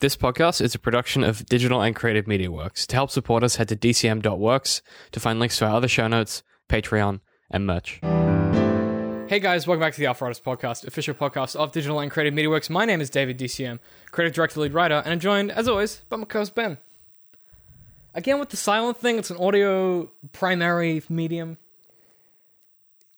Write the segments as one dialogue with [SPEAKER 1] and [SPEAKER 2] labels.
[SPEAKER 1] This podcast is a production of Digital and Creative Media Works. To help support us, head to dcm.works to find links to our other show notes, Patreon, and merch. Hey guys, welcome back to the Alpha Artist Podcast, official podcast of Digital and Creative Media Works. My name is David DCM, creative director, lead writer, and I'm joined, as always, by my co-host Ben. Again with the silent thing, it's an audio primary medium.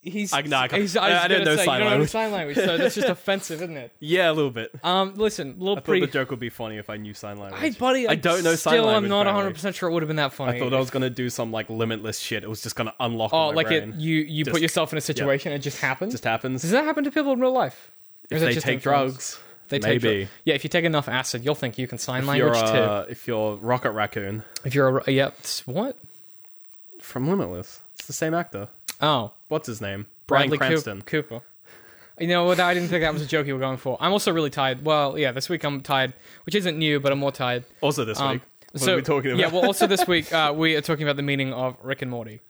[SPEAKER 1] He's,
[SPEAKER 2] I- no, I can't-
[SPEAKER 1] he's,
[SPEAKER 2] I-
[SPEAKER 1] was
[SPEAKER 2] I don't
[SPEAKER 1] gonna
[SPEAKER 2] know sign
[SPEAKER 1] say, you don't know
[SPEAKER 2] language.
[SPEAKER 1] sign language, so that's just offensive, isn't it?
[SPEAKER 2] Yeah, a little bit. I
[SPEAKER 1] Um, listen, little
[SPEAKER 2] thought
[SPEAKER 1] pre.
[SPEAKER 2] the joke would be funny if I knew sign language.
[SPEAKER 1] Hey, buddy,
[SPEAKER 2] I don't know sign
[SPEAKER 1] Still, I'm
[SPEAKER 2] language,
[SPEAKER 1] not 100
[SPEAKER 2] apparently.
[SPEAKER 1] percent sure it would have been that funny.
[SPEAKER 2] I thought I was gonna do some like limitless shit. It was just gonna unlock.
[SPEAKER 1] oh,
[SPEAKER 2] my
[SPEAKER 1] like
[SPEAKER 2] brain.
[SPEAKER 1] it, you you put
[SPEAKER 2] Just-
[SPEAKER 1] yourself in a situation and it just happens.
[SPEAKER 2] just happens.
[SPEAKER 1] Does that happen to people in real life?
[SPEAKER 2] if
[SPEAKER 1] Or is that
[SPEAKER 2] they
[SPEAKER 1] just in
[SPEAKER 2] take
[SPEAKER 1] films?
[SPEAKER 2] drugs.
[SPEAKER 1] They take
[SPEAKER 2] maybe.
[SPEAKER 1] dr- yeah, if you take enough acid, you'll think you can sign
[SPEAKER 2] If you're,
[SPEAKER 1] language too.
[SPEAKER 2] uh, if you're Rocket Raccoon
[SPEAKER 1] If you're a yep, s- what?
[SPEAKER 2] from Limitless, it's the same actor.
[SPEAKER 1] Oh,
[SPEAKER 2] What's his name? Brian
[SPEAKER 1] Bradley Coop-
[SPEAKER 2] Cranston.
[SPEAKER 1] Cooper. You know, well, I didn't think that was a joke you were going for. I'm also really tired. Well, yeah, this week I'm tired, which isn't new, but I'm more tired.
[SPEAKER 2] Also this
[SPEAKER 1] Um,
[SPEAKER 2] week. What are we talking about?
[SPEAKER 1] Yeah, well, also this week uh, we are talking about the meaning of Rick and Morty.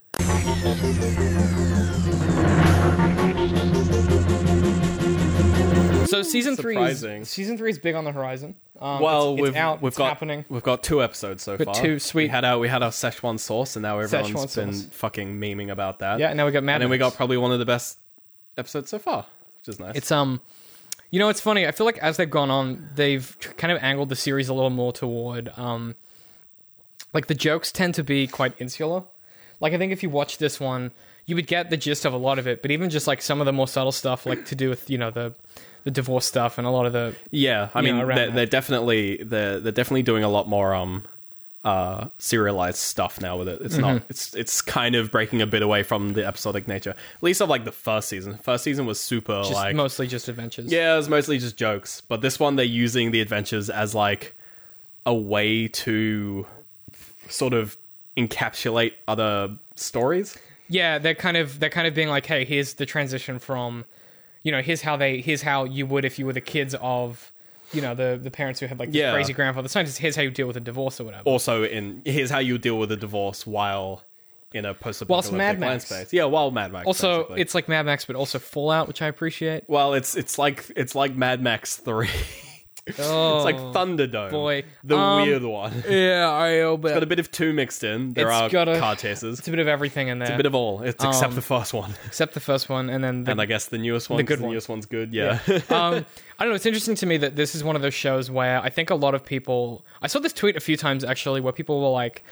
[SPEAKER 1] So season three,
[SPEAKER 2] Surprising.
[SPEAKER 1] is, season three is big on the horizon. Um,
[SPEAKER 2] Well,
[SPEAKER 1] it's,
[SPEAKER 2] we've,
[SPEAKER 1] it's out.
[SPEAKER 2] we've
[SPEAKER 1] it's
[SPEAKER 2] got
[SPEAKER 1] happening.
[SPEAKER 2] we've got two episodes so
[SPEAKER 1] Got
[SPEAKER 2] far.
[SPEAKER 1] two, sweet.
[SPEAKER 2] We had our we had our Szechuan sauce, and now everyone's
[SPEAKER 1] Szechuan
[SPEAKER 2] been
[SPEAKER 1] sauce.
[SPEAKER 2] fucking memeing about that.
[SPEAKER 1] Yeah, and now we got Mad
[SPEAKER 2] and then we
[SPEAKER 1] Max.
[SPEAKER 2] got probably one of the best episodes so far, which is nice.
[SPEAKER 1] It's um, you know, it's funny. I feel like as they've gone on, they've tr- kind of angled the series a little more toward um, like the jokes tend to be quite insular. Like I think if you watch this one, you would get the gist of a lot of it, but even just like some of the more subtle stuff, like to do with you know the the divorce stuff and a lot of the
[SPEAKER 2] Yeah, I
[SPEAKER 1] you know,
[SPEAKER 2] mean
[SPEAKER 1] around
[SPEAKER 2] they're,
[SPEAKER 1] that.
[SPEAKER 2] they're definitely they're they're definitely doing a lot more um uh serialized stuff now with it. It's not
[SPEAKER 1] Mm-hmm.
[SPEAKER 2] it's it's kind of breaking a bit away from the episodic nature. At least of like the first season. First season was super
[SPEAKER 1] just
[SPEAKER 2] like
[SPEAKER 1] mostly just adventures.
[SPEAKER 2] yeah, it was mostly just jokes. But this one they're using the adventures as like a way to sort of encapsulate other stories.
[SPEAKER 1] yeah, they're kind of they're kind of being like, hey, here's the transition from, you know, here's how they here's how you would if you were the kids of. You know the the parents who had like the
[SPEAKER 2] Yeah.
[SPEAKER 1] crazy grandfather. Sometimes here's how you deal with a divorce or whatever.
[SPEAKER 2] Also, in here's how you deal with a divorce while in a
[SPEAKER 1] Whilst
[SPEAKER 2] post-apocalyptic
[SPEAKER 1] Mad Max.
[SPEAKER 2] landscape. Yeah, while Mad Max.
[SPEAKER 1] Also,
[SPEAKER 2] basically.
[SPEAKER 1] it's like Mad Max, but also Fallout, which I appreciate.
[SPEAKER 2] Well, it's it's like it's like Mad Max Three.
[SPEAKER 1] Oh,
[SPEAKER 2] it's like Thunderdome,
[SPEAKER 1] boy.
[SPEAKER 2] the
[SPEAKER 1] Um,
[SPEAKER 2] weird one. It's
[SPEAKER 1] yeah, I owe
[SPEAKER 2] got a bit of two mixed in. There
[SPEAKER 1] It's
[SPEAKER 2] are
[SPEAKER 1] got a-
[SPEAKER 2] car chases.
[SPEAKER 1] It's a bit of everything in there,
[SPEAKER 2] A bit of all. It's except the first one,
[SPEAKER 1] except the first one, and then the,
[SPEAKER 2] and I guess the newest one.
[SPEAKER 1] good
[SPEAKER 2] the
[SPEAKER 1] one.
[SPEAKER 2] newest one's good. Yeah,
[SPEAKER 1] um, I don't know. It's interesting to me that this is one of those shows where I think a lot of people. I saw this tweet a few times actually, where people were like,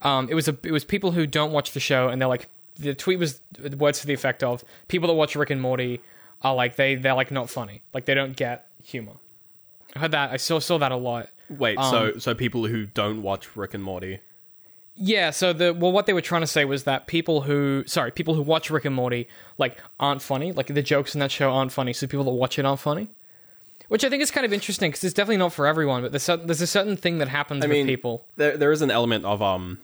[SPEAKER 1] um, "It was a, it was people who don't watch the show, and they're like, the tweet was the words to the effect of people that watch Rick and Morty are like they they're like not funny, like they don't get humor." I heard that. I saw saw that a lot.
[SPEAKER 2] Wait,
[SPEAKER 1] Um,
[SPEAKER 2] so so people who don't watch Rick and Morty.
[SPEAKER 1] Yeah, so the well what they were trying to say was that people who sorry, people who watch Rick and Morty like aren't funny, like the jokes in that show aren't funny, so people that watch it aren't funny. Which I think is kind of interesting because it's definitely not for everyone, but there's cer- there's a certain thing that happens
[SPEAKER 2] I mean,
[SPEAKER 1] with people.
[SPEAKER 2] There there is an element of um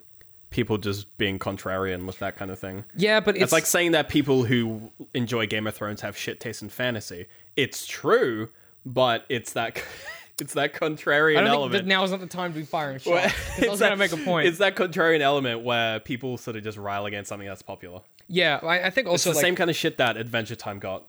[SPEAKER 2] people just being contrarian with that kind of thing.
[SPEAKER 1] Yeah, but it's,
[SPEAKER 2] It's like saying that people who enjoy Game of Thrones have shit taste in fantasy. It's true, but it's that it's that contrarian
[SPEAKER 1] I don't think
[SPEAKER 2] element.
[SPEAKER 1] that now is not the time to be firing shots. 'cause I was going to make a point.
[SPEAKER 2] It's that contrarian element where people sort of just rile against something that's popular.
[SPEAKER 1] yeah, I, I think
[SPEAKER 2] It's
[SPEAKER 1] also
[SPEAKER 2] the
[SPEAKER 1] like,
[SPEAKER 2] same kind of shit that Adventure Time got.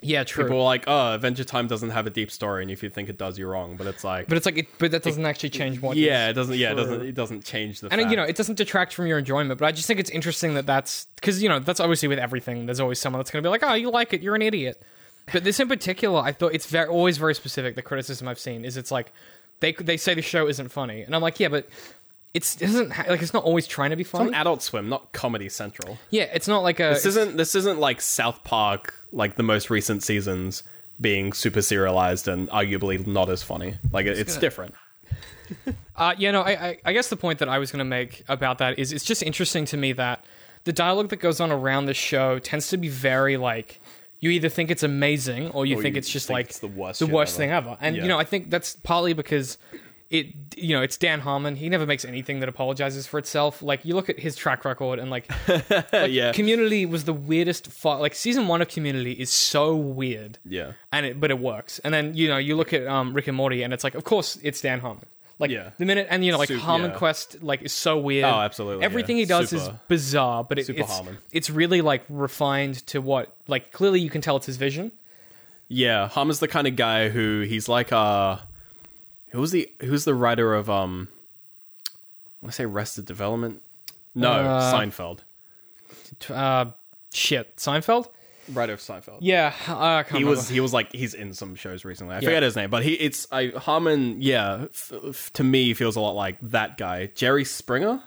[SPEAKER 1] yeah, true.
[SPEAKER 2] People were like, oh, Adventure Time doesn't have a deep story, and if you think it does, you're wrong. But it's like,
[SPEAKER 1] but it's like it, but that doesn't actually change what.
[SPEAKER 2] yeah, it doesn't. Yeah, it
[SPEAKER 1] True.
[SPEAKER 2] doesn't. It doesn't change the.
[SPEAKER 1] and
[SPEAKER 2] fact.
[SPEAKER 1] you know it doesn't detract from your enjoyment but i just think it's interesting that that's because you know that's obviously with everything there's always someone that's going to be like oh you like it you're an idiot but this in particular i thought it's very always very specific the criticism i've seen is it's like they they say the show isn't funny and i'm like yeah but it's it doesn't ha- like it's not always trying to be funny
[SPEAKER 2] on Adult Swim, not Comedy Central.
[SPEAKER 1] yeah it's not like a
[SPEAKER 2] This isn't. This isn't like South Park, like the most recent seasons being super serialized and arguably not as funny. Like it, it's different.
[SPEAKER 1] Uh, yeah, no, I, I, I guess the point that I was going to make about that is it's just interesting to me that the dialogue that goes on around the show tends to be very like you either think it's amazing or you think
[SPEAKER 2] you
[SPEAKER 1] it's just
[SPEAKER 2] think
[SPEAKER 1] like
[SPEAKER 2] it's the worst
[SPEAKER 1] the
[SPEAKER 2] shit
[SPEAKER 1] worst
[SPEAKER 2] ever.
[SPEAKER 1] thing ever. And you
[SPEAKER 2] Yeah.
[SPEAKER 1] know, I think that's partly because it you know it's Dan Harmon. He never makes anything that apologizes for itself. Like you look at his track record and like
[SPEAKER 2] yeah,
[SPEAKER 1] Community was the weirdest. Fu- like season one of Community is so weird
[SPEAKER 2] yeah.
[SPEAKER 1] and it, but it works. And then you know you look at um, Rick and Morty, and it's like, of course it's Dan Harmon. Like
[SPEAKER 2] Yeah.
[SPEAKER 1] the minute, and you know, like
[SPEAKER 2] Sup-
[SPEAKER 1] Harmon
[SPEAKER 2] yeah.
[SPEAKER 1] Quest, like is so weird.
[SPEAKER 2] Oh, absolutely,
[SPEAKER 1] Everything
[SPEAKER 2] yeah.
[SPEAKER 1] he does is
[SPEAKER 2] Super-
[SPEAKER 1] bizarre, but it,
[SPEAKER 2] super
[SPEAKER 1] it's
[SPEAKER 2] Harmon.
[SPEAKER 1] it's really like refined to what like clearly you can tell it's his vision.
[SPEAKER 2] Yeah, Hum is the kind of guy who he's like uh Who's the who's the writer of um? I want to say Rested Development. No,
[SPEAKER 1] Uh,
[SPEAKER 2] Seinfeld.
[SPEAKER 1] T- Uh, shit, Seinfeld.
[SPEAKER 2] Writer of Seinfeld.
[SPEAKER 1] Yeah, I can't
[SPEAKER 2] He
[SPEAKER 1] remember.
[SPEAKER 2] was he was like he's in some shows recently. I forget his name, but he it's I Harmon. Yeah, f- f- to me feels a lot like that guy Jerry Springer.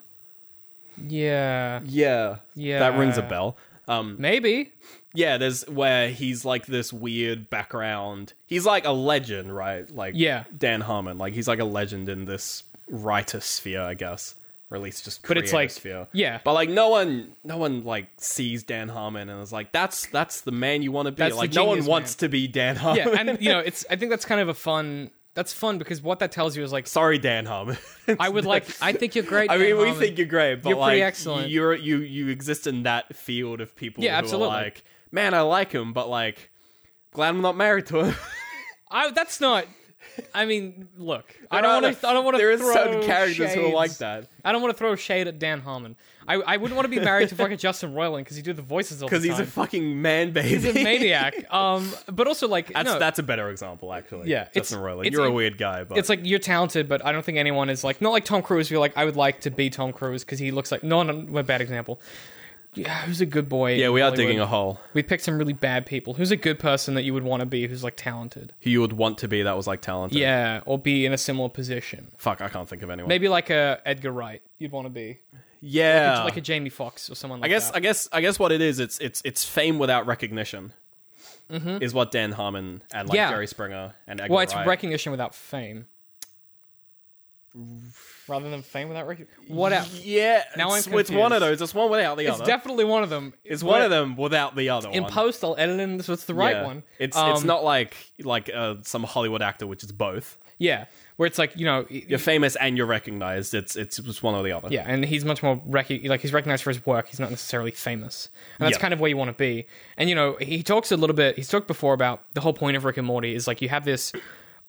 [SPEAKER 1] Yeah,
[SPEAKER 2] Yeah,
[SPEAKER 1] Yeah.
[SPEAKER 2] that rings a bell. Um,
[SPEAKER 1] maybe.
[SPEAKER 2] yeah, there's where he's like this weird background. He's like a legend, right? Like
[SPEAKER 1] Yeah.
[SPEAKER 2] Dan Harmon. Like he's like a legend in this writer sphere, I guess, or at least just
[SPEAKER 1] But it's like-
[SPEAKER 2] sphere.
[SPEAKER 1] yeah.
[SPEAKER 2] but like no one, no one like sees Dan Harmon and is like, that's that's the man you want to be.
[SPEAKER 1] That's the
[SPEAKER 2] like no one
[SPEAKER 1] genius
[SPEAKER 2] wants
[SPEAKER 1] man.
[SPEAKER 2] to be Dan Harmon.
[SPEAKER 1] Yeah, and you know, it's. I think that's kind of a fun. That's fun because what that tells you is like,
[SPEAKER 2] Sorry, Dan Harmon.
[SPEAKER 1] I would like. I think you're great.
[SPEAKER 2] I mean,
[SPEAKER 1] Dan
[SPEAKER 2] we
[SPEAKER 1] Harmon.
[SPEAKER 2] think you're great, but
[SPEAKER 1] You're
[SPEAKER 2] like,
[SPEAKER 1] pretty excellent.
[SPEAKER 2] You're you you exist in that field of people.
[SPEAKER 1] Yeah,
[SPEAKER 2] who
[SPEAKER 1] absolutely.
[SPEAKER 2] Are like, man, I like him, but like, glad I'm not married to him.
[SPEAKER 1] I, that's not. I mean, look.
[SPEAKER 2] There
[SPEAKER 1] I don't
[SPEAKER 2] are
[SPEAKER 1] want
[SPEAKER 2] the-
[SPEAKER 1] to. I don't want to.
[SPEAKER 2] There is
[SPEAKER 1] throw
[SPEAKER 2] certain characters who are like
[SPEAKER 1] shades-
[SPEAKER 2] that
[SPEAKER 1] I don't want to throw shade at Dan Harmon. I, I wouldn't want to be married to fucking Justin Roiland because he do the voices all the
[SPEAKER 2] because
[SPEAKER 1] time.
[SPEAKER 2] he's a fucking man baby.
[SPEAKER 1] He's a maniac. Um, but also like
[SPEAKER 2] That's
[SPEAKER 1] no,
[SPEAKER 2] that's a better example, actually.
[SPEAKER 1] Yeah, it's-
[SPEAKER 2] Justin Roiland.
[SPEAKER 1] it's-
[SPEAKER 2] You're a
[SPEAKER 1] it-
[SPEAKER 2] weird guy, but
[SPEAKER 1] it's like you're talented, but I don't think anyone is like not like Tom Cruise. You're like I would like to be Tom Cruise because he looks like no, no, we're a bad example. Yeah, who's a good boy?
[SPEAKER 2] yeah, we are digging a hole.
[SPEAKER 1] We picked some really bad people. Who's a good person that you would want to be? Who's like talented?
[SPEAKER 2] Who you would want to be that was like talented?
[SPEAKER 1] Yeah, or be in a similar position.
[SPEAKER 2] Fuck, I can't think of anyone.
[SPEAKER 1] Maybe like a Edgar Wright. You'd want to be
[SPEAKER 2] yeah.
[SPEAKER 1] like a Jamie Foxx or someone.
[SPEAKER 2] Oh. I
[SPEAKER 1] like
[SPEAKER 2] guess
[SPEAKER 1] that.
[SPEAKER 2] I guess I guess what it is it's it's it's fame without recognition. Is what Dan Harmon and like
[SPEAKER 1] Mm-hmm. Yeah.
[SPEAKER 2] Jerry Springer and Edgar
[SPEAKER 1] well, it's
[SPEAKER 2] Wright.
[SPEAKER 1] recognition without fame, rather than fame without recognition. What else?
[SPEAKER 2] Yeah,
[SPEAKER 1] Now
[SPEAKER 2] it's,
[SPEAKER 1] I'm
[SPEAKER 2] it's one of
[SPEAKER 1] confused.
[SPEAKER 2] those. It's one without the
[SPEAKER 1] It's
[SPEAKER 2] other.
[SPEAKER 1] definitely one of them.
[SPEAKER 2] it's one of them without the other
[SPEAKER 1] In
[SPEAKER 2] one.
[SPEAKER 1] post, I'll edit in this was the right
[SPEAKER 2] Yeah.
[SPEAKER 1] one.
[SPEAKER 2] It's it's
[SPEAKER 1] Um,
[SPEAKER 2] not like like uh, some Hollywood actor, which is both.
[SPEAKER 1] Yeah, where it's like you know,
[SPEAKER 2] You're famous and you're recognized. It's it's just one or the other.
[SPEAKER 1] yeah, and he's much more rec- like he's recognized for his work. He's not necessarily famous, and that's
[SPEAKER 2] Yeah.
[SPEAKER 1] kind of where you want to be. And you know, he talks a little bit. He's talked before about the whole point of Rick and Morty is like you have this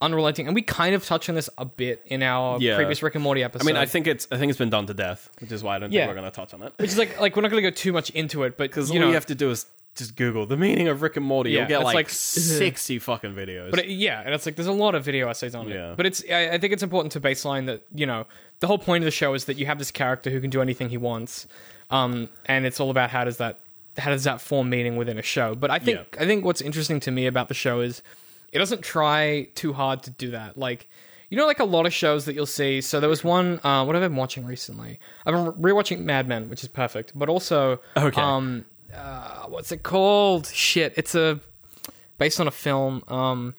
[SPEAKER 1] unrelenting, and we kind of touched on this a bit in our
[SPEAKER 2] Yeah.
[SPEAKER 1] previous Rick and
[SPEAKER 2] I
[SPEAKER 1] Morty episode.
[SPEAKER 2] mean, I think it's I think it's been done to death, which is why I don't
[SPEAKER 1] Yeah.
[SPEAKER 2] think we're going to touch on it.
[SPEAKER 1] which is like like we're not going to go too much into it, but
[SPEAKER 2] Because
[SPEAKER 1] you
[SPEAKER 2] all
[SPEAKER 1] know,
[SPEAKER 2] you have to do is just Google the meaning of Rick and Morty.
[SPEAKER 1] Yeah,
[SPEAKER 2] You'll get
[SPEAKER 1] it's
[SPEAKER 2] like,
[SPEAKER 1] like-
[SPEAKER 2] sixty fucking videos.
[SPEAKER 1] But it- yeah, and it's like there's a lot of video essays on
[SPEAKER 2] Yeah.
[SPEAKER 1] it. But it's I, I think it's important to baseline that you know the whole point of the show is that you have this character who can do anything he wants, um, and it's all about how does that how does that form meaning within a show. But I think
[SPEAKER 2] Yeah.
[SPEAKER 1] I think what's interesting to me about the show is it doesn't try too hard to do that. Like you know, like a lot of shows that you'll see. So there was one. Uh, what have I been watching recently? I've been rewatching Mad Men, which is perfect. But also,
[SPEAKER 2] Okay.
[SPEAKER 1] um, uh, what's it called? Shit, it's a based on a film. Um,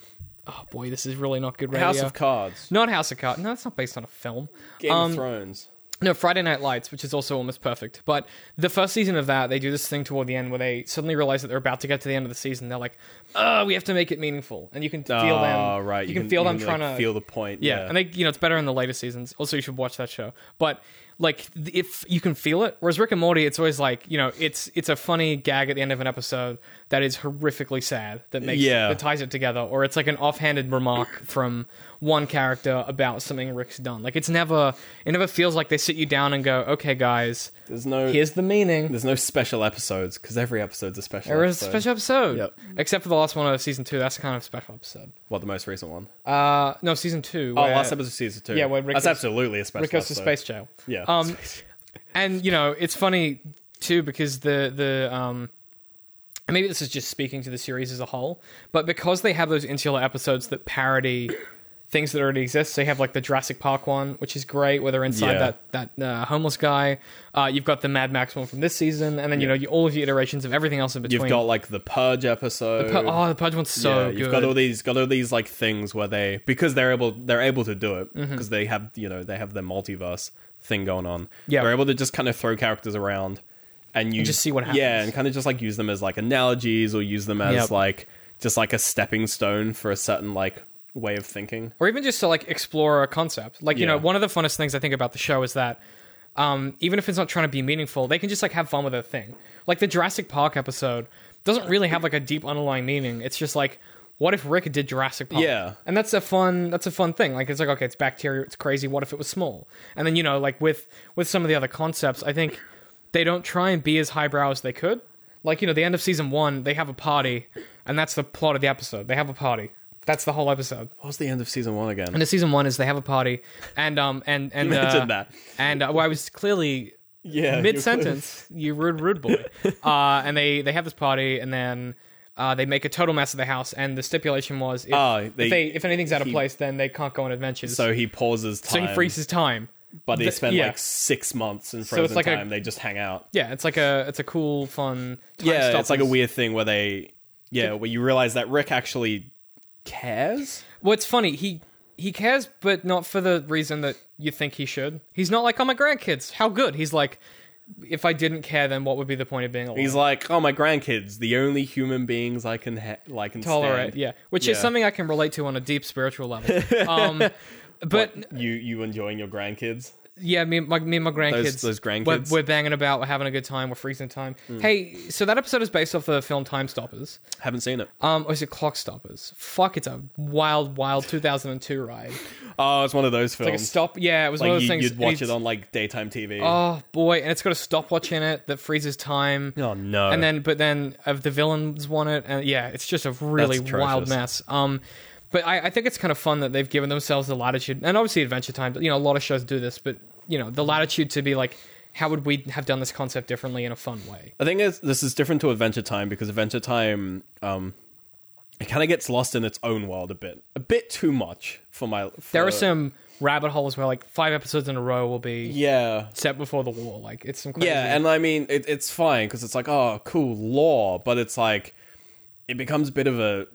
[SPEAKER 1] oh boy, this is really not good radio.
[SPEAKER 2] House of Cards,
[SPEAKER 1] not House of Cards. No, it's not based on a film.
[SPEAKER 2] Game
[SPEAKER 1] um,
[SPEAKER 2] of Thrones.
[SPEAKER 1] No, Friday Night Lights, which is also almost perfect. But the first season of that, they do this thing toward the end where they suddenly realize that they're about to get to the end of the season. They're like, "Oh, we have to make it meaningful," and you can feel
[SPEAKER 2] Oh,
[SPEAKER 1] them.
[SPEAKER 2] right.
[SPEAKER 1] You, can, feel them
[SPEAKER 2] like,
[SPEAKER 1] trying to
[SPEAKER 2] feel the point.
[SPEAKER 1] yeah.
[SPEAKER 2] Yeah,
[SPEAKER 1] and they you know it's better in the later seasons. Also, you should watch that show. But like th- if you can feel it, whereas Rick and Morty, it's always like you know it's it's a funny gag at the end of an episode that is horrifically sad that makes
[SPEAKER 2] Yeah.
[SPEAKER 1] that ties it together, or it's like an offhanded remark from one character about something Rick's done. Like it's never it never feels like they sit you down and go, okay, guys,
[SPEAKER 2] there's no
[SPEAKER 1] here's the meaning.
[SPEAKER 2] there's no special episodes because every episode's a special.
[SPEAKER 1] There is a
[SPEAKER 2] episode.
[SPEAKER 1] special episode,
[SPEAKER 2] Yep.
[SPEAKER 1] except for the last one of season two. That's kind of a special episode.
[SPEAKER 2] What the most recent one?
[SPEAKER 1] Uh, no, season two.
[SPEAKER 2] oh,
[SPEAKER 1] where
[SPEAKER 2] last episode of season two.
[SPEAKER 1] yeah, where Rick
[SPEAKER 2] that's
[SPEAKER 1] goes-
[SPEAKER 2] absolutely a special.
[SPEAKER 1] Rick goes to
[SPEAKER 2] episode.
[SPEAKER 1] space jail.
[SPEAKER 2] Yeah.
[SPEAKER 1] Um, and you know, it's funny too because the the um, and maybe this is just speaking to the series as a whole, but because they have those insular episodes that parody things that already exist, so you have like the Jurassic Park one, which is great, where they're inside
[SPEAKER 2] Yeah.
[SPEAKER 1] that that uh, homeless guy. Uh, you've got the Mad Max one from this season, and then you know you, all of your iterations of everything else in between.
[SPEAKER 2] You've got like the Purge episode.
[SPEAKER 1] Pu- oh, the Pudge one's
[SPEAKER 2] yeah,
[SPEAKER 1] so good.
[SPEAKER 2] you've got all these got all these like things where they because they're able they're able to do it because
[SPEAKER 1] Mm-hmm.
[SPEAKER 2] they have you know they have their multiverse thing going on.
[SPEAKER 1] Yeah.
[SPEAKER 2] they're able to just kind of throw characters around and you
[SPEAKER 1] just see what
[SPEAKER 2] Yeah,
[SPEAKER 1] happens.
[SPEAKER 2] and kind of just like use them as like analogies or use them as
[SPEAKER 1] Yep.
[SPEAKER 2] like just like a stepping stone for a certain like way of thinking.
[SPEAKER 1] or even just to like explore a concept. Like you know,
[SPEAKER 2] Yeah.
[SPEAKER 1] one of the funnest things I think about the show is that um, even if it's not trying to be meaningful, they can just like have fun with their thing. Like the Jurassic Park episode doesn't really have like a deep underlying meaning. It's just like, what if Rick did Jurassic Park?
[SPEAKER 2] Yeah.
[SPEAKER 1] and that's a fun that's a fun thing. Like it's like okay, it's bacteria, it's crazy. What if it was small? And then you know, like with with some of the other concepts, I think they don't try and be as highbrow as they could. Like you know, the end of season one, they have a party, and that's the plot of the episode. They have a party. That's the whole episode.
[SPEAKER 2] What was the end of season one again?
[SPEAKER 1] And the season one is they have a party, and um, and and
[SPEAKER 2] You mentioned
[SPEAKER 1] uh,
[SPEAKER 2] that.
[SPEAKER 1] and uh, well, I was clearly
[SPEAKER 2] yeah,
[SPEAKER 1] mid sentence, you rude, rude boy. Uh, and they they have this party, and then uh, they make a total mess of the house. And the stipulation was, if,
[SPEAKER 2] Oh,
[SPEAKER 1] if,
[SPEAKER 2] they-
[SPEAKER 1] they, if anything's out of
[SPEAKER 2] he-
[SPEAKER 1] place, then they can't go on adventures.
[SPEAKER 2] So he pauses
[SPEAKER 1] So
[SPEAKER 2] time.
[SPEAKER 1] he freezes time.
[SPEAKER 2] but they
[SPEAKER 1] the-
[SPEAKER 2] spend
[SPEAKER 1] yeah.
[SPEAKER 2] like six months in frozen
[SPEAKER 1] it's like a-
[SPEAKER 2] time. they just hang out.
[SPEAKER 1] Yeah, it's like a it's a cool, fun. Time
[SPEAKER 2] Yeah,
[SPEAKER 1] stoppers.
[SPEAKER 2] it's like a weird thing where they, yeah, where you realize that Rick actually cares.
[SPEAKER 1] Well, it's funny. He he cares, but not for the reason that you think he should. He's not like, oh my grandkids, how good. He's like, if I didn't care, then what would be the point of being alive?
[SPEAKER 2] He's like, oh, my grandkids, the only human beings I can ha- like can
[SPEAKER 1] tolerate,
[SPEAKER 2] stand.
[SPEAKER 1] yeah, which is
[SPEAKER 2] Yeah.
[SPEAKER 1] something I can relate to on a deep spiritual level. Um, but
[SPEAKER 2] You you enjoying your grandkids?
[SPEAKER 1] yeah, me, and my, me and my grandkids,
[SPEAKER 2] those grandkids. Hmm.
[SPEAKER 1] we're, we're banging about, we're having a good time, we're freezing time. Hey, so that episode is based off the film Time Stoppers.
[SPEAKER 2] Haven't seen it.
[SPEAKER 1] Um, or is it Clock Stoppers? Fuck, it's a wild, wild 2002 ride.
[SPEAKER 2] Oh, it's one of those films.
[SPEAKER 1] Like a stop, yeah, it was one of
[SPEAKER 2] Like,
[SPEAKER 1] those
[SPEAKER 2] you,
[SPEAKER 1] things.
[SPEAKER 2] would
[SPEAKER 1] and
[SPEAKER 2] watch
[SPEAKER 1] it's-
[SPEAKER 2] it on like daytime TV.
[SPEAKER 1] Oh boy, and it's got a stopwatch in it that freezes time.
[SPEAKER 2] Oh, no.
[SPEAKER 1] And then, but then, of the villains want it, and yeah, it's just a really
[SPEAKER 2] That's
[SPEAKER 1] wild
[SPEAKER 2] atrocious.
[SPEAKER 1] mess. Um, but I, I think it's kind of fun that they've given themselves the latitude, and obviously Adventure Time. You know, a lot of shows do this, but you know, the latitude to be like, how would we have done this concept differently in a fun way?
[SPEAKER 2] I think it's, this is different to Adventure Time because Adventure Time, um, it kind of gets lost in its own world a bit, a bit too much for my. For,
[SPEAKER 1] There are some rabbit holes where like five episodes in a row will be
[SPEAKER 2] Uh, yeah,
[SPEAKER 1] set before the war. Like it's some crazy.
[SPEAKER 2] yeah, and I mean it, it's fine because it's like oh cool law, but it's like it becomes a bit of a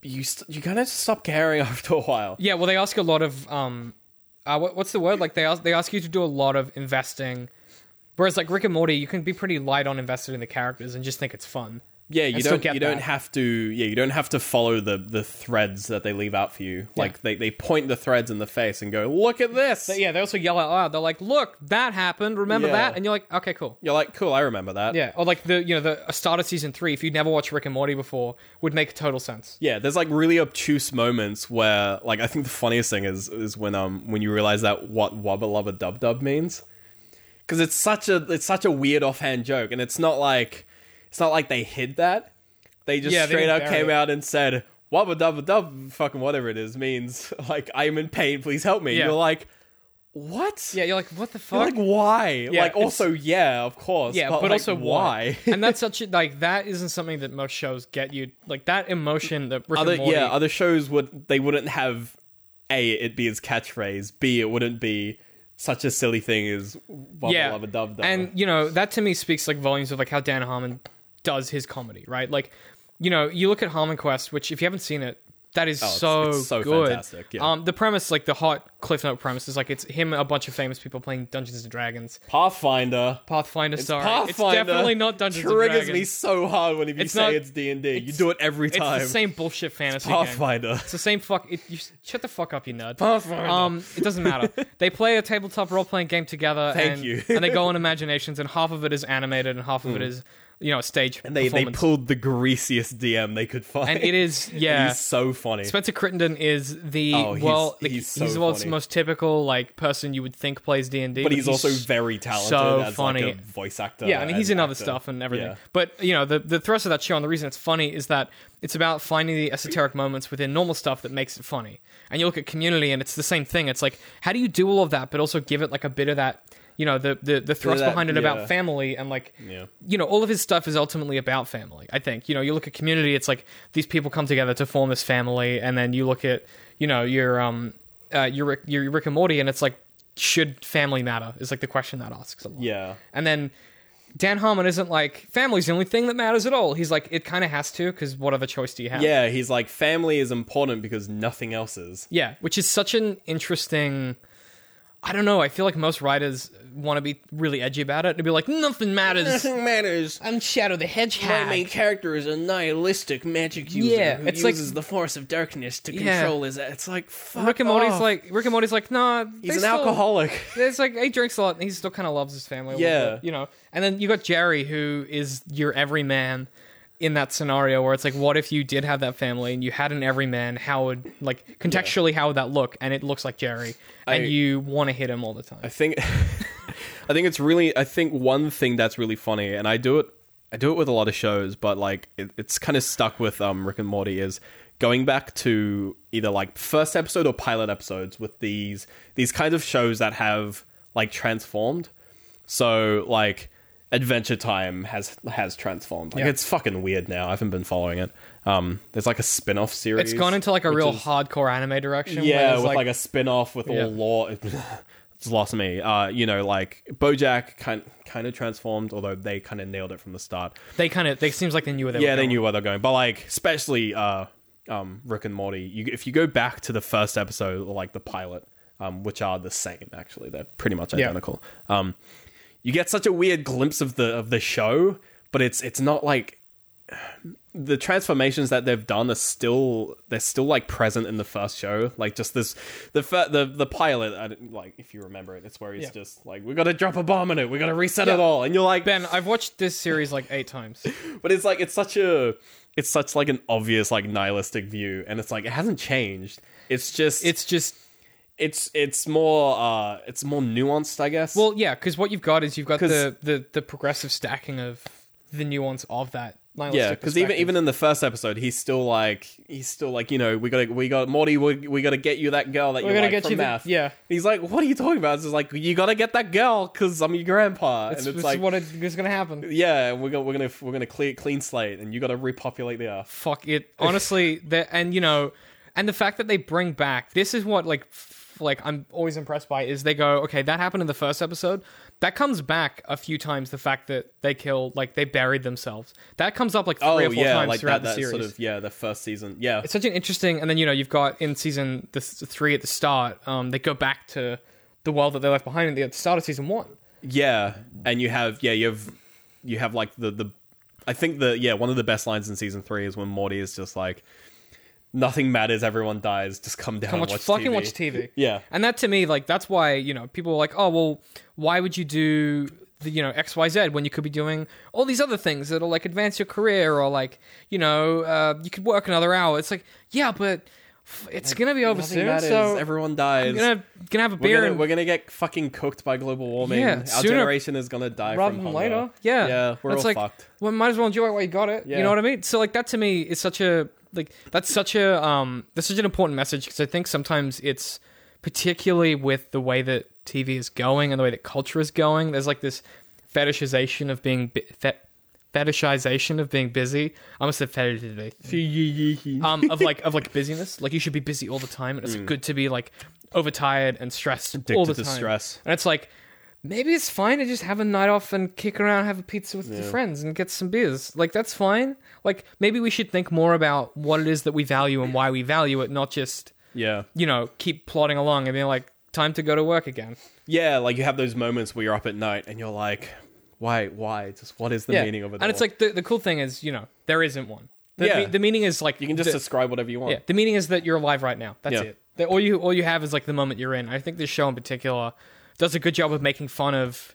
[SPEAKER 2] you st- you kind of stop caring after a while.
[SPEAKER 1] Yeah, well, they ask a lot of um, uh, what, what's the word? Like they ask they ask you to do a lot of investing, whereas like Rick and Morty, you can be pretty light on invested in the characters and just think it's fun.
[SPEAKER 2] Yeah, you
[SPEAKER 1] still
[SPEAKER 2] don't
[SPEAKER 1] get
[SPEAKER 2] you don't
[SPEAKER 1] that.
[SPEAKER 2] have to yeah, you don't have to follow the the threads that they leave out for you. Like they, they point the threads in the face and go, "Look at this."
[SPEAKER 1] But yeah, they also yell out loud. They're like, "Look, that happened. Remember
[SPEAKER 2] Yeah.
[SPEAKER 1] that?" And you're like, "Okay, cool."
[SPEAKER 2] You're like, "Cool, I remember that."
[SPEAKER 1] Yeah, or like the you know the start of season three. If you'd never watched Rick and Morty before, would make total sense.
[SPEAKER 2] Yeah, there's like really obtuse moments where like I think the funniest thing is is when um when you realize that what wubba lubba dub dub means. Cuz it's such a it's such a weird offhand joke and it's not like it's not like they hid that. They just
[SPEAKER 1] Yeah, they
[SPEAKER 2] straight
[SPEAKER 1] didn't
[SPEAKER 2] out
[SPEAKER 1] bury
[SPEAKER 2] came
[SPEAKER 1] it.
[SPEAKER 2] out and said wubba dubba dub fucking whatever it is means like I'm in pain, please help me.
[SPEAKER 1] Yeah.
[SPEAKER 2] You're like what?
[SPEAKER 1] Yeah, you're like, "What the
[SPEAKER 2] You're like
[SPEAKER 1] fuck?"
[SPEAKER 2] why? like
[SPEAKER 1] it's-
[SPEAKER 2] also yeah, of course.
[SPEAKER 1] yeah, but,
[SPEAKER 2] like,
[SPEAKER 1] also why? and that's such a, like that isn't something that most shows get you. Like that emotion that Rick
[SPEAKER 2] other
[SPEAKER 1] and Morty
[SPEAKER 2] yeah other shows would they wouldn't have a it be his catchphrase b it wouldn't be such a silly thing as wubba
[SPEAKER 1] yeah.
[SPEAKER 2] lubba dub dub
[SPEAKER 1] And you know that to me speaks like volumes of like how Dan Harmon does his comedy, right? Like, you know, you look at Harmon Quest, which if you haven't seen it, that is so
[SPEAKER 2] Oh, it's so
[SPEAKER 1] good.
[SPEAKER 2] fantastic, yeah.
[SPEAKER 1] Um, the premise, like the hot cliff note premise, is like it's him, and a bunch of famous people playing Dungeons and Dragons,
[SPEAKER 2] pathfinder
[SPEAKER 1] Pathfinder. sorry,
[SPEAKER 2] Pathfinder
[SPEAKER 1] it's definitely not Dungeons and
[SPEAKER 2] triggers
[SPEAKER 1] Dragons.
[SPEAKER 2] me so hard when if you
[SPEAKER 1] It's
[SPEAKER 2] say
[SPEAKER 1] not-
[SPEAKER 2] it's D and D. You do it every
[SPEAKER 1] it's
[SPEAKER 2] time.
[SPEAKER 1] the same bullshit fantasy game.
[SPEAKER 2] Pathfinder.
[SPEAKER 1] It's the same fuck. It, you shut the fuck up, you nerd.
[SPEAKER 2] Pathfinder.
[SPEAKER 1] Um, it doesn't matter. they play a tabletop role playing game together.
[SPEAKER 2] Thank
[SPEAKER 1] and,
[SPEAKER 2] you. Hmm.
[SPEAKER 1] and they go on imaginations, and half of it is animated, and half of it is you know a stage
[SPEAKER 2] They they
[SPEAKER 1] performance.
[SPEAKER 2] pulled the greasiest DM they could find.
[SPEAKER 1] and it is yeah.
[SPEAKER 2] he's so funny.
[SPEAKER 1] Spencer Crittenden is the
[SPEAKER 2] Oh, he's-
[SPEAKER 1] well, the-
[SPEAKER 2] he's so
[SPEAKER 1] the world's
[SPEAKER 2] funny.
[SPEAKER 1] most typical like person you would think plays D and D,
[SPEAKER 2] but he's also very talented
[SPEAKER 1] so
[SPEAKER 2] as
[SPEAKER 1] funny.
[SPEAKER 2] like a voice actor.
[SPEAKER 1] yeah, and he's in other
[SPEAKER 2] actor.
[SPEAKER 1] stuff and everything.
[SPEAKER 2] uh, Yeah.
[SPEAKER 1] But you know, the the thrust of that show and the reason it's funny is that it's about finding the esoteric moments within normal stuff that makes it funny. And you look at Community, and it's the same thing. It's like, how do you do all of that, but also give it like a bit of that, you know, the the, the thrust
[SPEAKER 2] that-
[SPEAKER 1] behind it
[SPEAKER 2] yeah.
[SPEAKER 1] about family and like,
[SPEAKER 2] Yeah.
[SPEAKER 1] you know, all of his stuff is ultimately about family. I think you know, you look at Community, it's like these people come together to form this family, and then you look at you know your um uh, your Rick- your Rick and Morty, and it's like. Should family matter? Is like the question that asks a lot.
[SPEAKER 2] Yeah.
[SPEAKER 1] And then Dan Harmon isn't like family's the only thing that matters at all. He's like it kind of has to because what other choice do you have?
[SPEAKER 2] Yeah, he's like family is important because nothing else is.
[SPEAKER 1] Yeah, which is such an interesting. I don't know. I feel like most writers want to be really edgy about it and be like, nothing matters.
[SPEAKER 2] Nothing matters.
[SPEAKER 1] I'm Shadow the
[SPEAKER 2] My main
[SPEAKER 1] Hedgehog.
[SPEAKER 2] character is a nihilistic magic user
[SPEAKER 1] Yeah,
[SPEAKER 2] who
[SPEAKER 1] it's like-
[SPEAKER 2] uses the force of darkness to
[SPEAKER 1] Yeah.
[SPEAKER 2] control his. It's like fuck.
[SPEAKER 1] Rick and Morty's
[SPEAKER 2] off.
[SPEAKER 1] like Rick and Morty's like, nah.
[SPEAKER 2] he's
[SPEAKER 1] they
[SPEAKER 2] an
[SPEAKER 1] still-
[SPEAKER 2] alcoholic.
[SPEAKER 1] It's like he drinks a lot and he still kind of loves his family. A
[SPEAKER 2] Yeah.
[SPEAKER 1] little bit, you know. And then you got Jerry, who is your everyman in that scenario where it's like, what if you did have that family and you had an everyman? How would like contextually how would that look? And it looks like Jerry, and
[SPEAKER 2] I-
[SPEAKER 1] you want to hit him all the time.
[SPEAKER 2] I think, I think it's really. I think one thing that's really funny, and I do it. I do it with a lot of shows, but like it, it's kind of stuck with um, Rick and Morty is going back to either like first episode or pilot episodes with these these kinds of shows that have like transformed. So like Adventure Time has has transformed. Like
[SPEAKER 1] Yeah.
[SPEAKER 2] it's fucking weird now. I haven't been following it. Um, there's like a spin-off series.
[SPEAKER 1] It's gone into like a
[SPEAKER 2] which
[SPEAKER 1] real
[SPEAKER 2] is-
[SPEAKER 1] hardcore anime direction. where
[SPEAKER 2] yeah,
[SPEAKER 1] there's,
[SPEAKER 2] with like, a spin-off with
[SPEAKER 1] Yeah.
[SPEAKER 2] all lore. It's lost me. Uh, you know, like BoJack kind kind of transformed, although they kind of nailed it from the start.
[SPEAKER 1] they kind of they seems like they knew where they
[SPEAKER 2] Yeah,
[SPEAKER 1] were
[SPEAKER 2] they
[SPEAKER 1] going.
[SPEAKER 2] knew where they're going, but like especially uh, um, Rick and Morty. You, if you go back to the first episode, or like the pilot, um, which are the same actually, they're pretty much identical. Um, you get such a weird glimpse of the of the show, but it's it's not like the transformations that they've done are still they're still like present in the first show. Like just this the fir- the the pilot, I don't- like if you remember it, it's where he's
[SPEAKER 1] Yeah.
[SPEAKER 2] just like we got to drop a bomb in it, we got to reset it
[SPEAKER 1] Yeah.
[SPEAKER 2] all, and you're like
[SPEAKER 1] Ben, I've watched this series like eight times.
[SPEAKER 2] but it's like it's such a it's such like an obvious like nihilistic view and it's like it hasn't changed it's just it's
[SPEAKER 1] It's just
[SPEAKER 2] it's it's more uh it's more nuanced i guess
[SPEAKER 1] well, yeah, because what you've got is you've got
[SPEAKER 2] 'Cause-
[SPEAKER 1] the, the the progressive stacking of the nuance of that.
[SPEAKER 2] yeah because even even in the first episode he's still like he's still like you know we gotta we got morty we, we gotta get you that girl that you
[SPEAKER 1] gonna
[SPEAKER 2] like
[SPEAKER 1] get
[SPEAKER 2] from
[SPEAKER 1] you the-
[SPEAKER 2] math
[SPEAKER 1] yeah.
[SPEAKER 2] he's like what are you talking about it's just like you gotta get that girl because i'm your grandpa
[SPEAKER 1] it's,
[SPEAKER 2] and it's
[SPEAKER 1] this
[SPEAKER 2] like
[SPEAKER 1] is what it- is going to happen.
[SPEAKER 2] yeah we're gonna we're gonna we're gonna clear clean slate and you gotta repopulate the earth
[SPEAKER 1] Fuck it, honestly. the- and you know, and the fact that they bring back this is what like f- like I'm always impressed by is they go okay that happened in the first episode that comes back a few times. The fact that they killed like they buried themselves that comes up like three
[SPEAKER 2] Oh
[SPEAKER 1] or four
[SPEAKER 2] yeah,
[SPEAKER 1] times
[SPEAKER 2] like
[SPEAKER 1] throughout
[SPEAKER 2] that, that
[SPEAKER 1] the series.
[SPEAKER 2] sort of yeah, the first season. Yeah,
[SPEAKER 1] it's such an interesting and then you know you've got in season the th- three at the start um they go back to the world that they left behind at the, at the start of season one
[SPEAKER 2] Yeah, and you have yeah you have you have like the the I think the yeah one of the best lines in season three is when Morty is just like nothing matters, everyone dies, just come down
[SPEAKER 1] and
[SPEAKER 2] and
[SPEAKER 1] watch,
[SPEAKER 2] watch
[SPEAKER 1] fucking
[SPEAKER 2] TV.
[SPEAKER 1] watch tv
[SPEAKER 2] Yeah.
[SPEAKER 1] and that to me like that's why you know people are like oh well why would you do the, you know xyz when you could be doing all these other things that'll like advance your career or like you know uh, you could work another hour it's like yeah but f- it's gonna be over
[SPEAKER 2] Nothing
[SPEAKER 1] soon
[SPEAKER 2] matters,
[SPEAKER 1] so
[SPEAKER 2] everyone dies.
[SPEAKER 1] i'm gonna gonna have a
[SPEAKER 2] we're
[SPEAKER 1] beer
[SPEAKER 2] gonna,
[SPEAKER 1] and
[SPEAKER 2] we're gonna get fucking cooked by global warming.
[SPEAKER 1] Yeah,
[SPEAKER 2] Our
[SPEAKER 1] sooner
[SPEAKER 2] generation is gonna die
[SPEAKER 1] rather
[SPEAKER 2] from
[SPEAKER 1] than
[SPEAKER 2] hunger.
[SPEAKER 1] later. Yeah,
[SPEAKER 2] yeah, we're
[SPEAKER 1] It's
[SPEAKER 2] all
[SPEAKER 1] like,
[SPEAKER 2] fucked.
[SPEAKER 1] Well, might as well enjoy it while you got it. You
[SPEAKER 2] Yeah.
[SPEAKER 1] know what I mean? So like that to me is such a like that's such a um that's such an important message because I think sometimes it's particularly with the way that TV is going and the way that culture is going. There's like this fetishization of being bu- fet- fetishization of being busy. I almost said fetishization um, of like of like busyness. Like you should be busy all the time, and it's good to be like overtired and stressed all the
[SPEAKER 2] Mm. to
[SPEAKER 1] time.
[SPEAKER 2] stress.
[SPEAKER 1] And it's like maybe it's fine to just have a night off and kick around, have a pizza with your friends, and get some beers. Like that's fine. Like maybe we should think more about what it is that we value and why we value it, not just
[SPEAKER 2] Yeah,
[SPEAKER 1] you know keep plodding along and being like time to go to work again.
[SPEAKER 2] yeah. Like you have those moments where you're up at night and you're like, why, why? Just what is the meaning of it?
[SPEAKER 1] and it's
[SPEAKER 2] all?
[SPEAKER 1] like the the cool thing is you know there isn't one. The,
[SPEAKER 2] Yeah.
[SPEAKER 1] the, the meaning is like
[SPEAKER 2] you can just
[SPEAKER 1] the-
[SPEAKER 2] describe whatever you want.
[SPEAKER 1] Yeah, the meaning is that you're alive right now. That's
[SPEAKER 2] Yeah.
[SPEAKER 1] it. That all you all you have is like the moment you're in. I think this show in particular does a good job of making fun of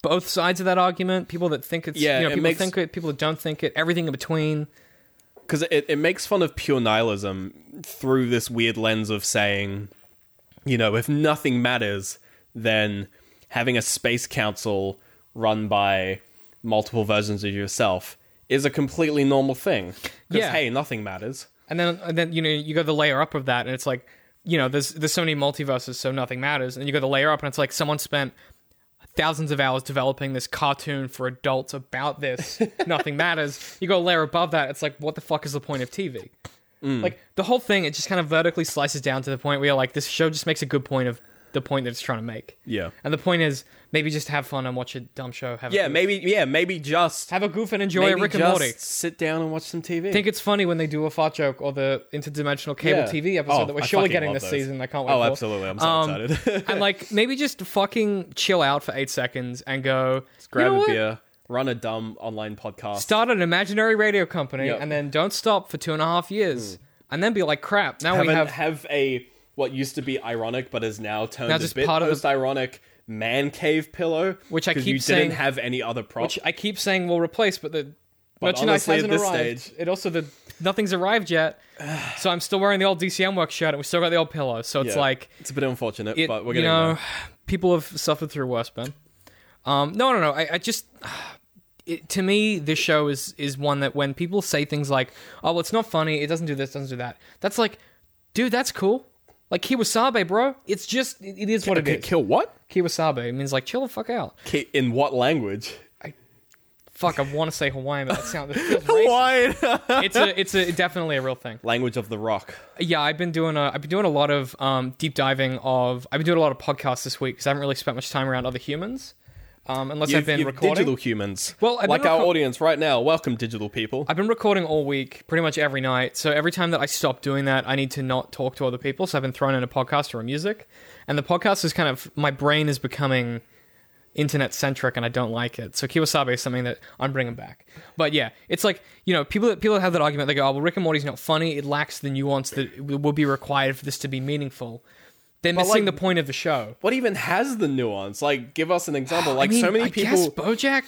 [SPEAKER 1] both sides of that argument. People that think it's
[SPEAKER 2] Yeah,
[SPEAKER 1] you know,
[SPEAKER 2] it
[SPEAKER 1] people
[SPEAKER 2] makes-
[SPEAKER 1] think it, people that don't think it, everything in between.
[SPEAKER 2] because it, it makes fun of pure nihilism through this weird lens of saying, you know, if nothing matters, then having a space council run by multiple versions of yourself is a completely normal thing. 'Cause,
[SPEAKER 1] Yeah.
[SPEAKER 2] hey, nothing matters.
[SPEAKER 1] And then and then you know you go the layer up of that and it's like you know there's there's so many multiverses so nothing matters and you go the layer up and it's like someone spent thousands of hours developing this cartoon for adults about this nothing matters you go a layer above that it's like what the fuck is the point of tv
[SPEAKER 2] Mm.
[SPEAKER 1] like the whole thing it just kind of vertically slices down to the point where you're like this show just makes a good point of the point that it's trying to make
[SPEAKER 2] Yeah.
[SPEAKER 1] and the point is maybe just have fun and watch a dumb show have
[SPEAKER 2] Yeah,
[SPEAKER 1] a goof,
[SPEAKER 2] maybe. Yeah, maybe just
[SPEAKER 1] have a goof and enjoy
[SPEAKER 2] maybe
[SPEAKER 1] rick and
[SPEAKER 2] just
[SPEAKER 1] morty
[SPEAKER 2] Sit down and watch some TV.
[SPEAKER 1] think it's funny when they do a fart joke or the interdimensional cable
[SPEAKER 2] Yeah.
[SPEAKER 1] TV episode
[SPEAKER 2] Oh,
[SPEAKER 1] that we're
[SPEAKER 2] I
[SPEAKER 1] surely
[SPEAKER 2] fucking
[SPEAKER 1] getting
[SPEAKER 2] love
[SPEAKER 1] this
[SPEAKER 2] those.
[SPEAKER 1] season. I can't wait.
[SPEAKER 2] oh,
[SPEAKER 1] for.
[SPEAKER 2] absolutely! I'm so
[SPEAKER 1] Um,
[SPEAKER 2] excited.
[SPEAKER 1] and like maybe just fucking chill out for eight seconds and go
[SPEAKER 2] Grab
[SPEAKER 1] you know
[SPEAKER 2] a
[SPEAKER 1] what?
[SPEAKER 2] beer, run a dumb online podcast.
[SPEAKER 1] Start an imaginary radio company
[SPEAKER 2] Yep. Hmm.
[SPEAKER 1] and then don't stop for two and a half years. And then be like, crap, now
[SPEAKER 2] have,
[SPEAKER 1] Oh, we
[SPEAKER 2] an-
[SPEAKER 1] have
[SPEAKER 2] have a what used to be ironic but is now turned
[SPEAKER 1] Now
[SPEAKER 2] a
[SPEAKER 1] just
[SPEAKER 2] bit
[SPEAKER 1] part of the-
[SPEAKER 2] post ironic man cave pillow,
[SPEAKER 1] Which I
[SPEAKER 2] 'cause
[SPEAKER 1] keep
[SPEAKER 2] you
[SPEAKER 1] saying-
[SPEAKER 2] didn't have any other prop.
[SPEAKER 1] which I keep saying we'll replace, but the merchandise
[SPEAKER 2] honestly, at
[SPEAKER 1] hasn't
[SPEAKER 2] this
[SPEAKER 1] arrived.
[SPEAKER 2] stage-
[SPEAKER 1] It also the nothing's arrived yet. so I'm still wearing the old DCM work shirt and we still got the old pillow. So it's
[SPEAKER 2] Yeah.
[SPEAKER 1] like
[SPEAKER 2] it's a bit unfortunate,
[SPEAKER 1] it-
[SPEAKER 2] but we're
[SPEAKER 1] you
[SPEAKER 2] getting
[SPEAKER 1] know,
[SPEAKER 2] there.
[SPEAKER 1] people have suffered through worse, Ben. Um, no, no, no. I, I just it, to me, this show is is one that when people say things like, "Oh, well, it's not funny. It doesn't do this. Doesn't do that." That's like, dude, that's cool. Like Kiwasabe, bro. It's just it, it is what it
[SPEAKER 2] Okay,
[SPEAKER 1] is.
[SPEAKER 2] kill what?
[SPEAKER 1] Kiwasabe it means like chill the fuck out.
[SPEAKER 2] Ki- In what language?
[SPEAKER 1] Fuck, I want to say Hawaiian, but that sounds that feels racist.
[SPEAKER 2] Hawaiian.
[SPEAKER 1] It's a it's a definitely a real thing.
[SPEAKER 2] language of the rock.
[SPEAKER 1] Yeah, I've been doing a I've been doing a lot of um, deep diving of I've been doing a lot of podcasts this week because I haven't really spent much time around other humans, um, unless I've been
[SPEAKER 2] You've- you've
[SPEAKER 1] recording.
[SPEAKER 2] digital humans.
[SPEAKER 1] Well, I've been
[SPEAKER 2] like our
[SPEAKER 1] reco-
[SPEAKER 2] audience right now. Welcome, digital people.
[SPEAKER 1] I've been recording all week, pretty much every night. So every time that I stop doing that, I need to not talk to other people. So I've been thrown in a podcast or a music, and the podcast is kind of my brain is becoming internet centric, and I don't like it. So Kiwasabe is something that I'm bringing back. But yeah, it's like you know people that people that have that argument, they go, "Oh, well, Rick and Morty's not funny. It lacks the nuance that w- would be required for this to be meaningful." They're missing
[SPEAKER 2] like-
[SPEAKER 1] the point of the show.
[SPEAKER 2] what even has the nuance? Like, give us an example. Like,
[SPEAKER 1] I mean,
[SPEAKER 2] so many
[SPEAKER 1] I
[SPEAKER 2] people.
[SPEAKER 1] guess BoJack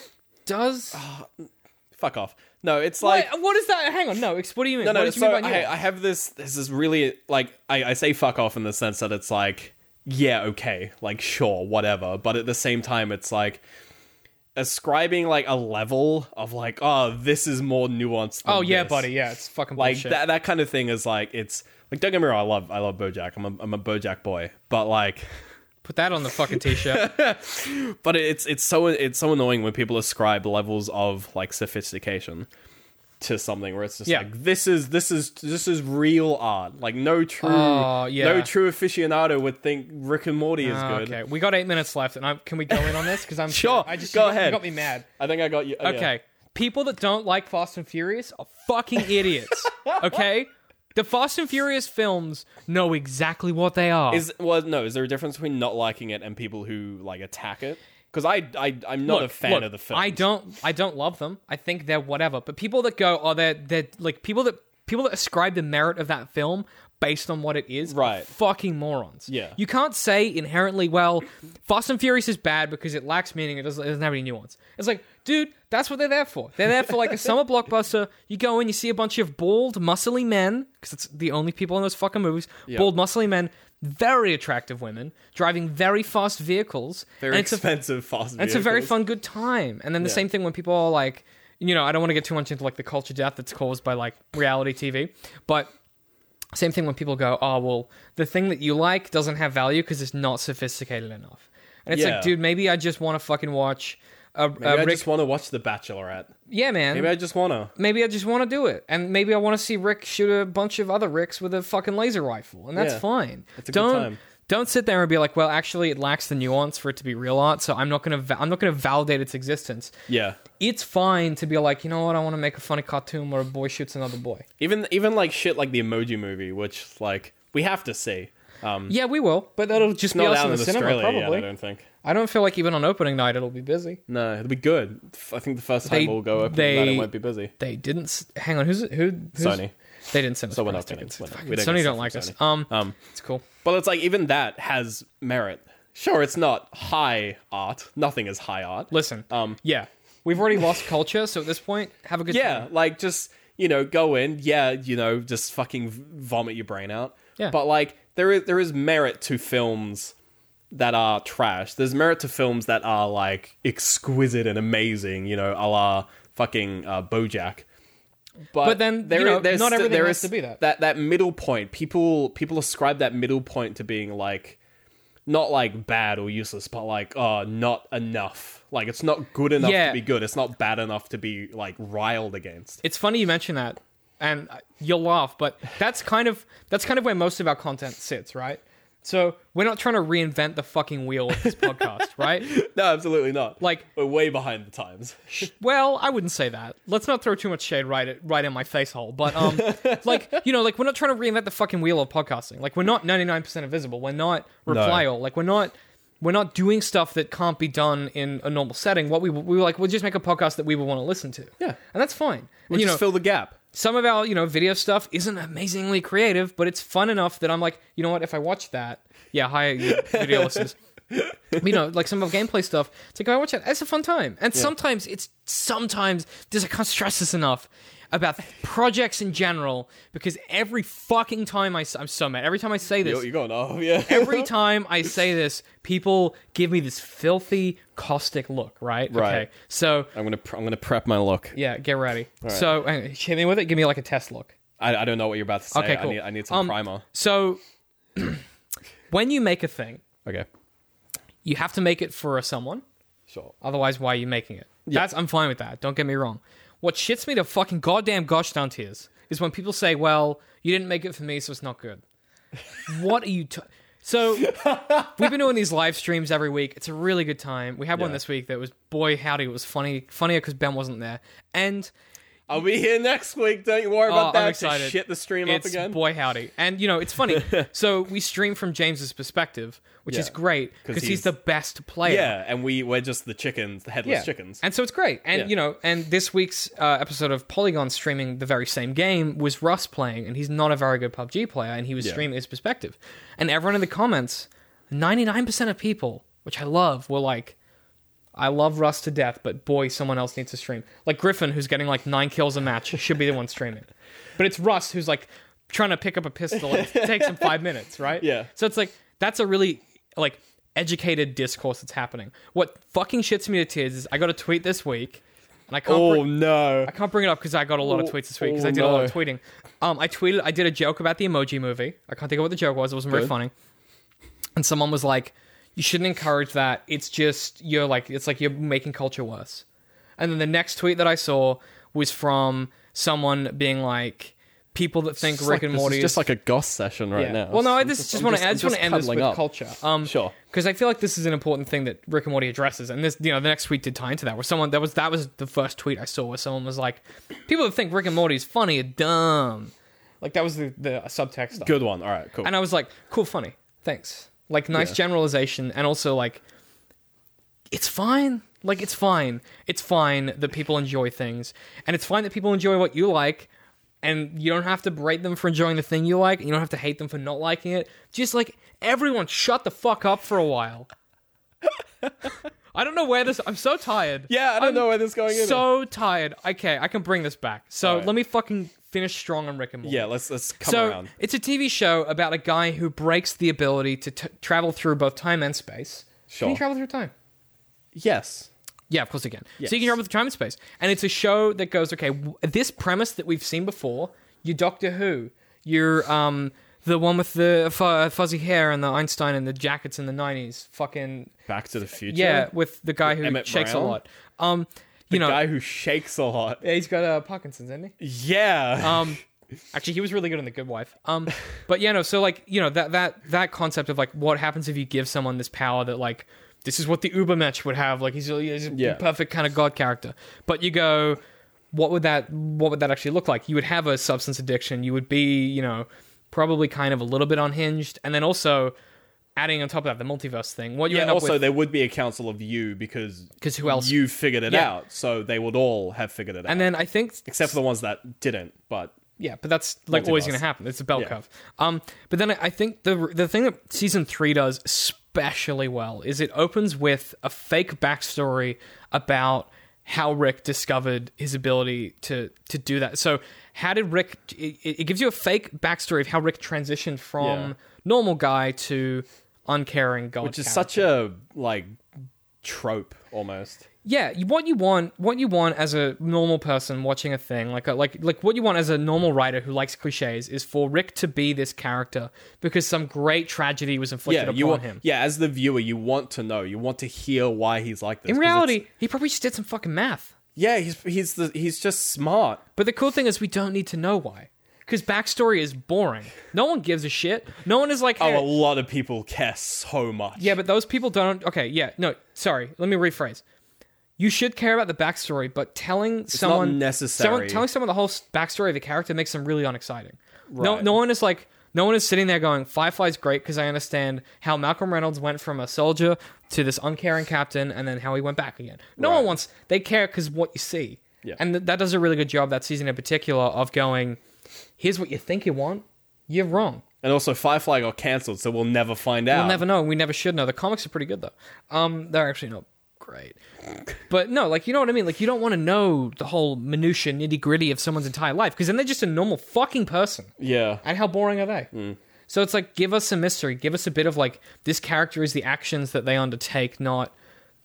[SPEAKER 1] does.
[SPEAKER 2] Fuck off. No, it's like.
[SPEAKER 1] Wait, what is that? Hang on, no. ex- What do you mean?
[SPEAKER 2] No, no,
[SPEAKER 1] what did you
[SPEAKER 2] so
[SPEAKER 1] mean by nuance?
[SPEAKER 2] I, I have this. This is really like I, I say fuck off in the sense that it's like yeah, okay, like sure, whatever. But at the same time, it's like ascribing like a level of like oh, this is more nuanced. Than
[SPEAKER 1] Oh yeah,
[SPEAKER 2] this.
[SPEAKER 1] buddy. Yeah, it's fucking
[SPEAKER 2] Like
[SPEAKER 1] bullshit.
[SPEAKER 2] that that kind of thing is like it's like don't get me wrong, I love I love BoJack. I'm a, I'm a BoJack boy, but like.
[SPEAKER 1] Put that on the fucking t-shirt.
[SPEAKER 2] But it's it's so it's so annoying when people ascribe levels of like sophistication to something where it's just
[SPEAKER 1] Yeah.
[SPEAKER 2] like this is this is this is real art. Like no true
[SPEAKER 1] Oh, yeah.
[SPEAKER 2] no true aficionado would think Rick and Morty is
[SPEAKER 1] Oh,
[SPEAKER 2] good.
[SPEAKER 1] okay, we got eight minutes left, and I, can we go in on this? Because I'm
[SPEAKER 2] Sure,
[SPEAKER 1] I just
[SPEAKER 2] go
[SPEAKER 1] you got-
[SPEAKER 2] ahead.
[SPEAKER 1] You got me mad.
[SPEAKER 2] I think I got you. yeah.
[SPEAKER 1] Okay, people that don't like Fast and Furious are fucking idiots. okay, the Fast and Furious films know exactly what they are.
[SPEAKER 2] Is well no, is there a difference between not liking it and people who like attack it? Because I I I'm not a
[SPEAKER 1] Look,
[SPEAKER 2] fan
[SPEAKER 1] look,
[SPEAKER 2] of the film.
[SPEAKER 1] I don't I don't love them. I think they're whatever. But people that go, oh, they're they're like people that people that ascribe the merit of that film based on what it is, are
[SPEAKER 2] Right.
[SPEAKER 1] Fucking morons.
[SPEAKER 2] Yeah.
[SPEAKER 1] You can't say inherently, well, Fast and Furious is bad because it lacks meaning. It doesn't, it doesn't have any nuance. It's like, dude, that's what they're there for. They're there for like a summer blockbuster. You go in, you see a bunch of bald, muscly men because it's the only people in those fucking movies. Bald, muscly men. Very attractive women driving very fast vehicles.
[SPEAKER 2] Very
[SPEAKER 1] and it's a
[SPEAKER 2] expensive fast.
[SPEAKER 1] and it's a very fun, good time. And then the same thing when people are like, you know, I don't want to get too much into like the culture death that's caused by like reality TV, but same thing when people go, oh, well, the thing that you like doesn't have value because it's not sophisticated enough. And it's
[SPEAKER 2] Yeah.
[SPEAKER 1] like, dude, maybe I just want to fucking watch a, a
[SPEAKER 2] Maybe I
[SPEAKER 1] uh, Rick. Hmm?
[SPEAKER 2] just want to watch The Bachelorette.
[SPEAKER 1] yeah, man.
[SPEAKER 2] Maybe I just want to.
[SPEAKER 1] maybe I just want to do it, and maybe I want to see Rick shoot a bunch of other Ricks with a fucking laser rifle, and that's
[SPEAKER 2] Yeah.
[SPEAKER 1] fine.
[SPEAKER 2] a good
[SPEAKER 1] don't
[SPEAKER 2] time.
[SPEAKER 1] don't sit there and be like, well, actually, it lacks the nuance for it to be real art, so I'm not gonna va- I'm not gonna validate its existence.
[SPEAKER 2] Yeah.
[SPEAKER 1] It's fine to be like, you know what, I want to make a funny cartoon where a boy shoots another boy.
[SPEAKER 2] Even even like shit like the Emoji Movie, which like we have to see. Um,
[SPEAKER 1] Yeah, we will, but that'll just be
[SPEAKER 2] not
[SPEAKER 1] us
[SPEAKER 2] out
[SPEAKER 1] in
[SPEAKER 2] in
[SPEAKER 1] the cinema
[SPEAKER 2] Australia yet,
[SPEAKER 1] probably.
[SPEAKER 2] I don't think.
[SPEAKER 1] I don't feel like even on opening night it'll be busy.
[SPEAKER 2] No, it'll be good. F- I think the first time
[SPEAKER 1] They-
[SPEAKER 2] we'll go open
[SPEAKER 1] they-
[SPEAKER 2] that it won't be busy.
[SPEAKER 1] They didn't. s- Hang on, who's who? Who's,
[SPEAKER 2] Sony.
[SPEAKER 1] They didn't send us.
[SPEAKER 2] So we're
[SPEAKER 1] price
[SPEAKER 2] not gonna-
[SPEAKER 1] tickets.
[SPEAKER 2] we're not- we
[SPEAKER 1] Fucking
[SPEAKER 2] don't get
[SPEAKER 1] Sony
[SPEAKER 2] stuff
[SPEAKER 1] don't like
[SPEAKER 2] from
[SPEAKER 1] us.
[SPEAKER 2] Sony.
[SPEAKER 1] Um,
[SPEAKER 2] Um,
[SPEAKER 1] it's cool.
[SPEAKER 2] But it's like even that has merit. Sure, it's not high art. Nothing is high art.
[SPEAKER 1] Listen,
[SPEAKER 2] Um,
[SPEAKER 1] yeah, we've already lost culture, so at this point, have a good
[SPEAKER 2] yeah,
[SPEAKER 1] time.
[SPEAKER 2] like just you know, go in. Yeah, you know, just fucking v- vomit your brain out.
[SPEAKER 1] Yeah.
[SPEAKER 2] But like there is there is merit to films that are trash. There's merit to films that are like exquisite and amazing. You know, a la fucking uh, BoJack.
[SPEAKER 1] But then, you know, not
[SPEAKER 2] sti-
[SPEAKER 1] everything has to be that.
[SPEAKER 2] That that middle point. People people ascribe that middle point to being like not like bad or useless, but like uh not enough. Like it's not good enough
[SPEAKER 1] Yeah.
[SPEAKER 2] to be good. It's not bad enough to be like riled against.
[SPEAKER 1] It's funny you mention that, and uh, you'll laugh, but that's kind of that's kind of where most of our content sits, right? So we're not trying to reinvent the fucking wheel of this podcast, right?
[SPEAKER 2] No, absolutely not.
[SPEAKER 1] Like-
[SPEAKER 2] we're way behind the times.
[SPEAKER 1] Well, I wouldn't say that. Let's not throw too much shade right at, right in my face hole. But um, like you know, like we're not trying to reinvent the fucking wheel of podcasting. Like we're not ninety nine percent invisible. We're not reply all. Like we're not we're not doing stuff that can't be done in a normal setting. What we we were like, we'll just make a podcast that we would want to listen to.
[SPEAKER 2] Yeah.
[SPEAKER 1] and that's fine.
[SPEAKER 2] You
[SPEAKER 1] And, you
[SPEAKER 2] just
[SPEAKER 1] know,
[SPEAKER 2] fill the gap.
[SPEAKER 1] some of our you know video stuff isn't amazingly creative, but it's fun enough that I'm like, you know what? If I watch that, yeah, hi you video listeners. But, you know, like some of our gameplay stuff. oh, It's like if I watch it, it's a fun time. And sometimes it's sometimes this I can't stress this enough. about projects in general because every fucking time I, am so mad. Every time I say this,
[SPEAKER 2] Yo, you're going off, yeah.
[SPEAKER 1] every time I say this, people give me this filthy, caustic look, right?
[SPEAKER 2] Right.
[SPEAKER 1] Okay. So,
[SPEAKER 2] I'm gonna pre- I'm gonna prep my look.
[SPEAKER 1] yeah, get ready. So, hang on, hit me with it. Give me like a test look.
[SPEAKER 2] I, I don't know what you're about to say.
[SPEAKER 1] Okay, cool.
[SPEAKER 2] I need I need some
[SPEAKER 1] Um,
[SPEAKER 2] primer.
[SPEAKER 1] So, when you make a thing,
[SPEAKER 2] Okay,
[SPEAKER 1] you have to make it for someone.
[SPEAKER 2] sure.
[SPEAKER 1] Otherwise, why are you making it? That's I'm fine with that. Don't get me wrong. What shits me to fucking goddamn gosh down tears is when people say, "Well, you didn't make it for me, so it's not good." what are you? T- so we've been doing these live streams every week. It's a really good time. We had one
[SPEAKER 2] Yeah.
[SPEAKER 1] this week that was boy howdy, it was funny, funnier because Ben wasn't there, and
[SPEAKER 2] I'll be here next week. Don't you worry
[SPEAKER 1] Oh,
[SPEAKER 2] about that.
[SPEAKER 1] I'm
[SPEAKER 2] Just
[SPEAKER 1] excited.
[SPEAKER 2] Shit the stream
[SPEAKER 1] it's
[SPEAKER 2] up again.
[SPEAKER 1] boy howdy. And you know, it's funny. so we stream from James's perspective, which is
[SPEAKER 2] Yeah.
[SPEAKER 1] great because
[SPEAKER 2] he's-
[SPEAKER 1] he's, the best player.
[SPEAKER 2] yeah, and we we're just the chickens, the headless chickens.
[SPEAKER 1] And so it's great. And
[SPEAKER 2] Yeah.
[SPEAKER 1] you know, and this week's uh, episode of Polygon streaming the very same game was Russ playing, and he's not a very good PUBG player, and he was streaming his perspective. And everyone in the comments, ninety nine percent of people, which I love, were like, "I love Russ to death, but boy, someone else needs to stream." Like Griffin, who's getting like nine kills a match, should be the one streaming, but it's Russ who's like trying to pick up a pistol. and It takes him five minutes, right?
[SPEAKER 2] Yeah.
[SPEAKER 1] So it's like that's a really like educated discourse that's happening. What fucking shits me to tears is I got a tweet this week, and I can't.
[SPEAKER 2] oh
[SPEAKER 1] bring-
[SPEAKER 2] no!
[SPEAKER 1] I can't bring it up because I got a lot of
[SPEAKER 2] Oh,
[SPEAKER 1] tweets this week because I
[SPEAKER 2] oh,
[SPEAKER 1] did a lot of
[SPEAKER 2] no.
[SPEAKER 1] tweeting. Um, I tweeted, I did a joke about the emoji movie. I can't think of what the joke was. It wasn't very
[SPEAKER 2] Good.
[SPEAKER 1] funny. And someone was like, "You shouldn't encourage that. It's just you're like, it's like you're making culture worse." And then the next tweet that I saw was from someone being like, "People that think
[SPEAKER 2] It's like-
[SPEAKER 1] Rick and
[SPEAKER 2] this is
[SPEAKER 1] Morty
[SPEAKER 2] just like a goss session right
[SPEAKER 1] yeah.
[SPEAKER 2] now.
[SPEAKER 1] Well, no, I
[SPEAKER 2] I'm
[SPEAKER 1] just, just
[SPEAKER 2] I'm
[SPEAKER 1] want to I just
[SPEAKER 2] I'm
[SPEAKER 1] want to end this
[SPEAKER 2] cuddling
[SPEAKER 1] with
[SPEAKER 2] up.
[SPEAKER 1] culture. Um,
[SPEAKER 2] Sure.
[SPEAKER 1] Because I feel like this is an important thing that Rick and Morty addresses, and this, you know, the next tweet did tie into that. Where someone that was that was the first tweet I saw where someone was like, "People that think Rick and Morty is funny are dumb." Like that was the the subtext. of it.
[SPEAKER 2] Good one. All right, cool.
[SPEAKER 1] And I was like, cool, funny. Thanks. Like, nice
[SPEAKER 2] Yeah.
[SPEAKER 1] generalization. And also, like, it's fine. Like, it's fine. It's fine that people enjoy things. And it's fine that people enjoy what you like. And you don't have to berate them for enjoying the thing you like. And you don't have to hate them for not liking it. Just like, everyone shut the fuck up for a while. I don't know where this. I'm so tired.
[SPEAKER 2] yeah, I don't
[SPEAKER 1] I'm
[SPEAKER 2] know where this is going. either.
[SPEAKER 1] So tired. Okay, I can bring this back. So
[SPEAKER 2] Alright.
[SPEAKER 1] let me fucking finish strong on Rick and Morty
[SPEAKER 2] yeah, let's let's come
[SPEAKER 1] so
[SPEAKER 2] around.
[SPEAKER 1] it's a TV show about a guy who breaks the ability to t- travel through both time and space. Can
[SPEAKER 2] Sure.
[SPEAKER 1] he travel through time?
[SPEAKER 2] Yes.
[SPEAKER 1] Yeah, of course he can. So you
[SPEAKER 2] Yes.
[SPEAKER 1] can travel through time and space, and it's a show that goes okay. W- this premise that we've seen before. You're Doctor Who. You're um the one with the fu- uh, fuzzy hair and the Einstein and the jackets in the '90s. Fucking
[SPEAKER 2] Back to the Future.
[SPEAKER 1] yeah, with the guy who
[SPEAKER 2] Emmett
[SPEAKER 1] shakes
[SPEAKER 2] Brown?
[SPEAKER 1] a lot. Um, you know,
[SPEAKER 2] guy who shakes a lot.
[SPEAKER 1] yeah, he's got uh, Parkinson's, isn't he?
[SPEAKER 2] Yeah.
[SPEAKER 1] Um, actually, he was really good in The Good Wife. Um, but yeah, no. So like, you know that that that concept of like what happens if you give someone this power that like this is what the Uber match would have. Like he's, he's a
[SPEAKER 2] Yeah.
[SPEAKER 1] perfect kind of god character. But you go, what would that what would that actually look like? You would have a substance addiction. You would be, you know, probably kind of a little bit unhinged, and then also. Adding on top of that the multiverse thing, what you
[SPEAKER 2] yeah.
[SPEAKER 1] end up
[SPEAKER 2] Also,
[SPEAKER 1] with,
[SPEAKER 2] there would be a council of you because
[SPEAKER 1] 'Cause who else-
[SPEAKER 2] you figured it
[SPEAKER 1] Yeah.
[SPEAKER 2] out, so they would all have figured it out.
[SPEAKER 1] and then I think
[SPEAKER 2] except for the ones that didn't. But
[SPEAKER 1] Yeah, but that's like always
[SPEAKER 2] Multiverse.
[SPEAKER 1] going to happen. It's a bell
[SPEAKER 2] Yeah.
[SPEAKER 1] curve. Um, but then I I think the the thing that season three does especially well is it opens with a fake backstory about how Rick discovered his ability to to do that. So how did Rick? It, it gives you a fake backstory of how Rick transitioned from
[SPEAKER 2] Yeah.
[SPEAKER 1] normal guy to uncaring god.
[SPEAKER 2] which is such a like trope almost.
[SPEAKER 1] Yeah, you- what you want, what you want as a normal person watching a thing, like a, like like what you want as a normal writer who likes cliches, is for Rick to be this character because some great tragedy was inflicted
[SPEAKER 2] Yeah,
[SPEAKER 1] upon
[SPEAKER 2] you want,
[SPEAKER 1] him.
[SPEAKER 2] yeah. As the viewer, you want to know. You want to hear why he's like this.
[SPEAKER 1] In
[SPEAKER 2] 'cause it's-
[SPEAKER 1] reality, he probably just did some fucking math.
[SPEAKER 2] yeah, he's he's the, he's just smart.
[SPEAKER 1] But the cool thing is, we don't need to know why, because backstory is boring. No one gives a shit. No one is like, hey,
[SPEAKER 2] Oh, a lot of people care so much.
[SPEAKER 1] Yeah, but those people don't. Okay, yeah, no, sorry. Let me rephrase. You should care about the backstory, but telling someone
[SPEAKER 2] necessary.
[SPEAKER 1] someone- telling someone the whole s- backstory of the character makes them really unexciting. No,
[SPEAKER 2] Right.
[SPEAKER 1] no one is like, no one is sitting there going, "Firefly's great" because I understand how Malcolm Reynolds went from a soldier to this uncaring captain, and then how he went back again. No one
[SPEAKER 2] Right.
[SPEAKER 1] wants. They care because what you see,
[SPEAKER 2] Yeah.
[SPEAKER 1] and th- that does a really good job that season in particular of going, "Here's what you think you want, you're wrong."
[SPEAKER 2] And also, Firefly got cancelled, so we'll never find out.
[SPEAKER 1] We'll never know. and We never should know. The comics are pretty good though. Um, they're actually not
[SPEAKER 2] great.
[SPEAKER 1] But no, like you know what I mean. Like you don't want to know the whole minutia, nitty gritty of someone's entire life because then they're just a normal fucking person.
[SPEAKER 2] Yeah.
[SPEAKER 1] And how boring are they?
[SPEAKER 2] Mm.
[SPEAKER 1] So it's like give us a mystery, give us a bit of like this character is the actions that they undertake, not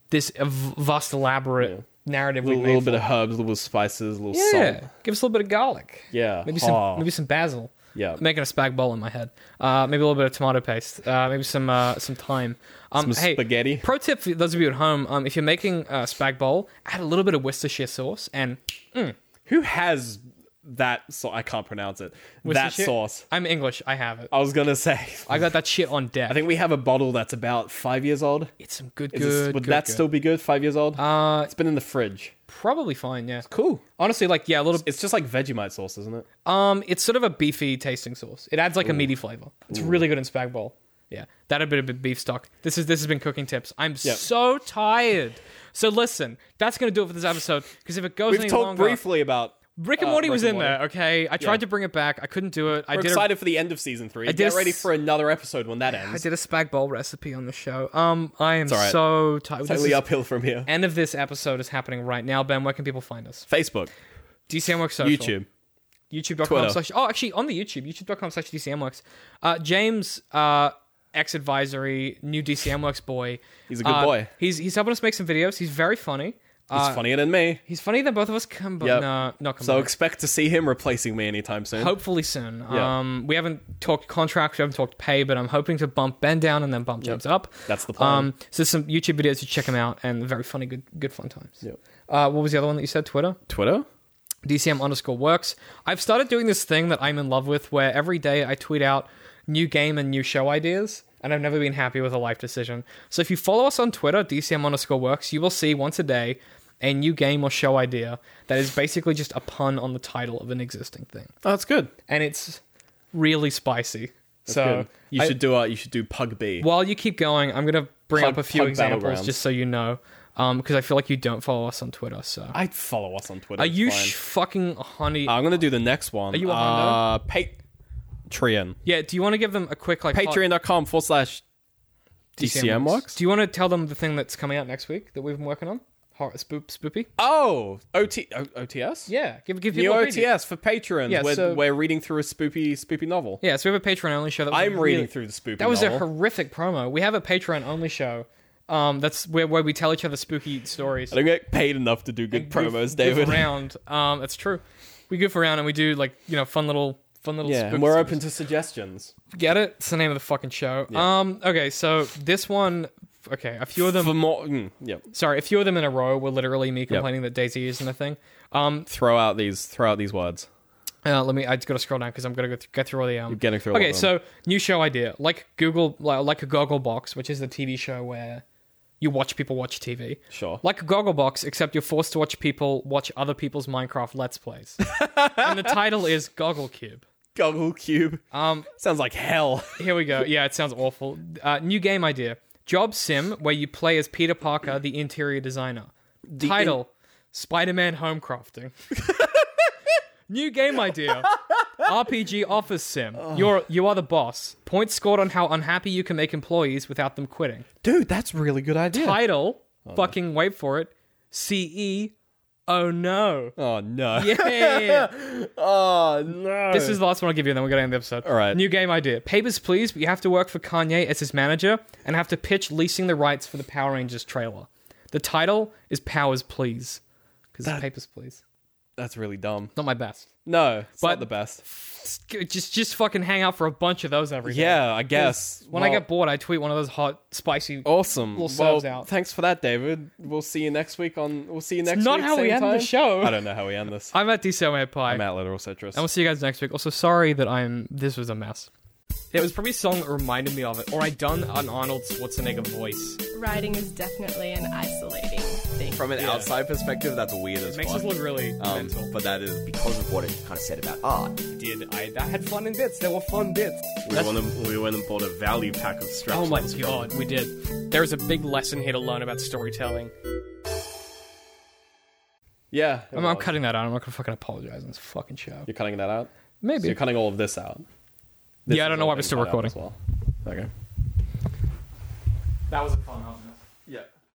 [SPEAKER 1] this ev- vast elaborate narrative.
[SPEAKER 2] A
[SPEAKER 1] we
[SPEAKER 2] little,
[SPEAKER 1] made
[SPEAKER 2] little
[SPEAKER 1] for
[SPEAKER 2] bit of herbs, little spices, little
[SPEAKER 1] yeah,
[SPEAKER 2] salt.
[SPEAKER 1] give us a little bit of garlic.
[SPEAKER 2] Yeah.
[SPEAKER 1] maybe
[SPEAKER 2] Ha.
[SPEAKER 1] some maybe some basil.
[SPEAKER 2] Oh. Yeah.
[SPEAKER 1] I'm making a spag bowl in my head. Uh, maybe a little bit of tomato paste. Uh, maybe some uh, some thyme. Um,
[SPEAKER 2] Some
[SPEAKER 1] hey,
[SPEAKER 2] spaghetti.
[SPEAKER 1] Pro tip for those of you at home: um, if you're making a spag bowl, add a little bit of Worcestershire sauce and
[SPEAKER 2] Who has that? So I can't pronounce it. that
[SPEAKER 1] Worcestershire-
[SPEAKER 2] sauce.
[SPEAKER 1] I'm English. I have it.
[SPEAKER 2] I was gonna say.
[SPEAKER 1] I got that shit on deck.
[SPEAKER 2] I think we have a bottle that's about five years old.
[SPEAKER 1] it's some good,
[SPEAKER 2] Is
[SPEAKER 1] good.
[SPEAKER 2] this, would
[SPEAKER 1] good,
[SPEAKER 2] that
[SPEAKER 1] good.
[SPEAKER 2] still be good? Five years old.
[SPEAKER 1] Uh,
[SPEAKER 2] it's been in the fridge.
[SPEAKER 1] probably fine. Yeah.
[SPEAKER 2] Cool.
[SPEAKER 1] Honestly, like yeah, a little.
[SPEAKER 2] It's just like Vegemite sauce, isn't it?
[SPEAKER 1] Um, it's sort of a beefy tasting sauce. It adds like a meaty flavor. It's really good in spag bowl. Yeah, that a bit of beef stock. This is this has been cooking tips. I'm so tired. So listen, that's gonna do it for this episode. Because if it goes
[SPEAKER 2] We've
[SPEAKER 1] any
[SPEAKER 2] talked
[SPEAKER 1] longer,
[SPEAKER 2] briefly about.
[SPEAKER 1] Rick and
[SPEAKER 2] uh,
[SPEAKER 1] Morty was
[SPEAKER 2] Rick and
[SPEAKER 1] in there. Okay, I tried to bring it back. I couldn't do it. I
[SPEAKER 2] We're
[SPEAKER 1] did.
[SPEAKER 2] excited for the end of season three.
[SPEAKER 1] did a
[SPEAKER 2] Get ready
[SPEAKER 1] s-
[SPEAKER 2] for another episode when that
[SPEAKER 1] A, I
[SPEAKER 2] ends.
[SPEAKER 1] did a spag bowl recipe on the show. Um, I am
[SPEAKER 2] all right.
[SPEAKER 1] so tired. This
[SPEAKER 2] Totally
[SPEAKER 1] is-
[SPEAKER 2] uphill from here.
[SPEAKER 1] End of this episode is happening right now. Ben, where can people find us?
[SPEAKER 2] Facebook,
[SPEAKER 1] DCMworks Social.
[SPEAKER 2] YouTube.
[SPEAKER 1] youtube.com
[SPEAKER 2] Twitter.
[SPEAKER 1] slash oh actually on the youtube youtube.com slash dcmworks uh james uh ex-advisory new dcmworks boy
[SPEAKER 2] He's a good
[SPEAKER 1] Uh,
[SPEAKER 2] boy.
[SPEAKER 1] he's he's helping us make some videos he's very funny uh,
[SPEAKER 2] He's funnier than me,
[SPEAKER 1] he's funnier than both of us come but
[SPEAKER 2] Yep.
[SPEAKER 1] no not
[SPEAKER 2] so
[SPEAKER 1] combined.
[SPEAKER 2] expect to see him replacing me anytime soon.
[SPEAKER 1] hopefully soon
[SPEAKER 2] Yeah.
[SPEAKER 1] um we haven't talked contracts we haven't talked pay but i'm hoping to bump ben down and then bump james up
[SPEAKER 2] That's the plan.
[SPEAKER 1] um so some youtube videos to check him out and very funny good good fun times
[SPEAKER 2] Yep.
[SPEAKER 1] uh what was the other one that you said twitter Oh,
[SPEAKER 2] Twitter.
[SPEAKER 1] DCM underscore works. I've started doing this thing that I'm in love with where every day I tweet out new game and new show ideas, and I've never been happy with a life decision. So if you follow us on Twitter, DCM underscore works, you will see once a day a new game or show idea that is basically just a pun on the title of an existing thing.
[SPEAKER 2] Oh, that's good.
[SPEAKER 1] And it's really spicy. so
[SPEAKER 2] Good. you
[SPEAKER 1] I-
[SPEAKER 2] should do uh, you should do Pug B.
[SPEAKER 1] while you keep going, I'm going to bring
[SPEAKER 2] Plug-
[SPEAKER 1] up a few
[SPEAKER 2] plug
[SPEAKER 1] examples
[SPEAKER 2] Battlegrounds.
[SPEAKER 1] just so you know, because I feel like you don't follow us on Twitter. So
[SPEAKER 2] I'd follow us on Twitter.
[SPEAKER 1] are
[SPEAKER 2] it's
[SPEAKER 1] you
[SPEAKER 2] fine.
[SPEAKER 1] sh- fucking honey?
[SPEAKER 2] I'm gonna do the next one. Are
[SPEAKER 1] you a
[SPEAKER 2] uh, Patreon?
[SPEAKER 1] Yeah, do you want to give them a quick like hot-
[SPEAKER 2] Patreon.com forward slash DCM works.
[SPEAKER 1] Do you want to tell them the thing that's coming out next week that we've been working on? Hor- spoop, spoopy.
[SPEAKER 2] Oh, OT, o- OTS.
[SPEAKER 1] Yeah, give give
[SPEAKER 2] New
[SPEAKER 1] people a preview.
[SPEAKER 2] OTS for patrons.
[SPEAKER 1] Yeah,
[SPEAKER 2] we're,
[SPEAKER 1] so-
[SPEAKER 2] we're reading through a spoopy spoopy novel.
[SPEAKER 1] Yeah, so we have a Patreon only show that was
[SPEAKER 2] I'm
[SPEAKER 1] a really-
[SPEAKER 2] reading through the spoopy.
[SPEAKER 1] That was
[SPEAKER 2] novel.
[SPEAKER 1] a horrific promo. We have a Patreon only show. Um, that's where where we tell each other spooky stories.
[SPEAKER 2] I don't get paid enough to do good
[SPEAKER 1] Goof-
[SPEAKER 2] promos,
[SPEAKER 1] goof
[SPEAKER 2] David.
[SPEAKER 1] around. Um, that's true. We goof around and we do like you know fun little fun little.
[SPEAKER 2] Yeah,
[SPEAKER 1] spook
[SPEAKER 2] and we're
[SPEAKER 1] stories.
[SPEAKER 2] open to suggestions.
[SPEAKER 1] Get it? It's the name of the fucking show. Um, okay, so this one. Okay, a few of them.
[SPEAKER 2] For more, mm, yep.
[SPEAKER 1] Sorry, a few of them in a row were literally me complaining that Daisy isn't a thing. Um,
[SPEAKER 2] Throw out these, throw out these words.
[SPEAKER 1] Uh, let me. I just got to scroll down because I'm gonna go, th- go through all the. Um,
[SPEAKER 2] getting through all
[SPEAKER 1] Okay,
[SPEAKER 2] of
[SPEAKER 1] so new show idea, like Google, like, like a Goggle Box, which is the TV show where you watch people watch TV.
[SPEAKER 2] Sure.
[SPEAKER 1] Like a Goggle Box, except you're forced to watch people watch other people's Minecraft Let's Plays, and the title is Goggle Cube.
[SPEAKER 2] Goggle Cube.
[SPEAKER 1] Um,
[SPEAKER 2] Sounds like hell.
[SPEAKER 1] here we go. Yeah, it sounds awful. Uh, new game idea: Job Sim, where you play as Peter Parker, the interior designer. Title: Spider-Man Home Crafting. new game idea: RPG Office Sim. You're you are the boss. Points scored on how unhappy you can make employees without them quitting.
[SPEAKER 2] Dude, that's really good idea.
[SPEAKER 1] Title: Fucking wait for it. CE. Oh no.
[SPEAKER 2] oh no.
[SPEAKER 1] Yeah.
[SPEAKER 2] Oh no.
[SPEAKER 1] This is the last one I'll give you, and then we're going to end the episode. All
[SPEAKER 2] right.
[SPEAKER 1] New game idea. Papers, please, but you have to work for Kanye as his manager and have to pitch leasing the rights for the Power Rangers trailer. The title is Powers, Please. Because it's Papers, Please.
[SPEAKER 2] that's really dumb.
[SPEAKER 1] Not my best.
[SPEAKER 2] No, it's
[SPEAKER 1] But-
[SPEAKER 2] not the best.
[SPEAKER 1] Just just fucking hang out for a bunch of those every day.
[SPEAKER 2] Yeah, I guess.
[SPEAKER 1] When I
[SPEAKER 2] Well, Oh.
[SPEAKER 1] get bored, I tweet one of those hot, spicy.
[SPEAKER 2] awesome.
[SPEAKER 1] little
[SPEAKER 2] well,
[SPEAKER 1] serves out.
[SPEAKER 2] thanks for that, David. We'll see you next week on. We'll see you next.
[SPEAKER 1] not
[SPEAKER 2] week,
[SPEAKER 1] how we
[SPEAKER 2] same
[SPEAKER 1] end the
[SPEAKER 2] time.
[SPEAKER 1] show.
[SPEAKER 2] I don't know how we end this.
[SPEAKER 1] I'm at DCMA Pie.
[SPEAKER 2] I'm at Literal Citrus.
[SPEAKER 1] And we'll see you guys next week. Also, sorry that I'm. This was a mess. It was probably a song that reminded me of it, or I done an Arnold Schwarzenegger voice.
[SPEAKER 3] Writing is definitely an isolating thing.
[SPEAKER 4] From an outside perspective, that's weird as
[SPEAKER 1] Makes
[SPEAKER 4] fuck.
[SPEAKER 1] us look really
[SPEAKER 4] um,
[SPEAKER 1] mental.
[SPEAKER 4] but that is because of what it kind of said about art.
[SPEAKER 1] did. I, I had fun in bits. There were fun bits.
[SPEAKER 5] We went, and, we went and bought a value pack of straps.
[SPEAKER 1] Oh my god, we did. There is a big lesson here to learn about storytelling.
[SPEAKER 2] yeah, it
[SPEAKER 1] I'm, I'm
[SPEAKER 2] was.
[SPEAKER 1] cutting that out. I'm not gonna fucking apologize on this fucking show.
[SPEAKER 2] You're cutting that out. So
[SPEAKER 1] Maybe.
[SPEAKER 2] you're cutting all of this out.
[SPEAKER 1] yeah, I don't
[SPEAKER 2] is
[SPEAKER 1] know
[SPEAKER 2] all
[SPEAKER 1] why we're
[SPEAKER 2] being
[SPEAKER 1] still
[SPEAKER 2] cut out
[SPEAKER 1] recording.
[SPEAKER 2] as well. Okay.
[SPEAKER 1] That was a fun one.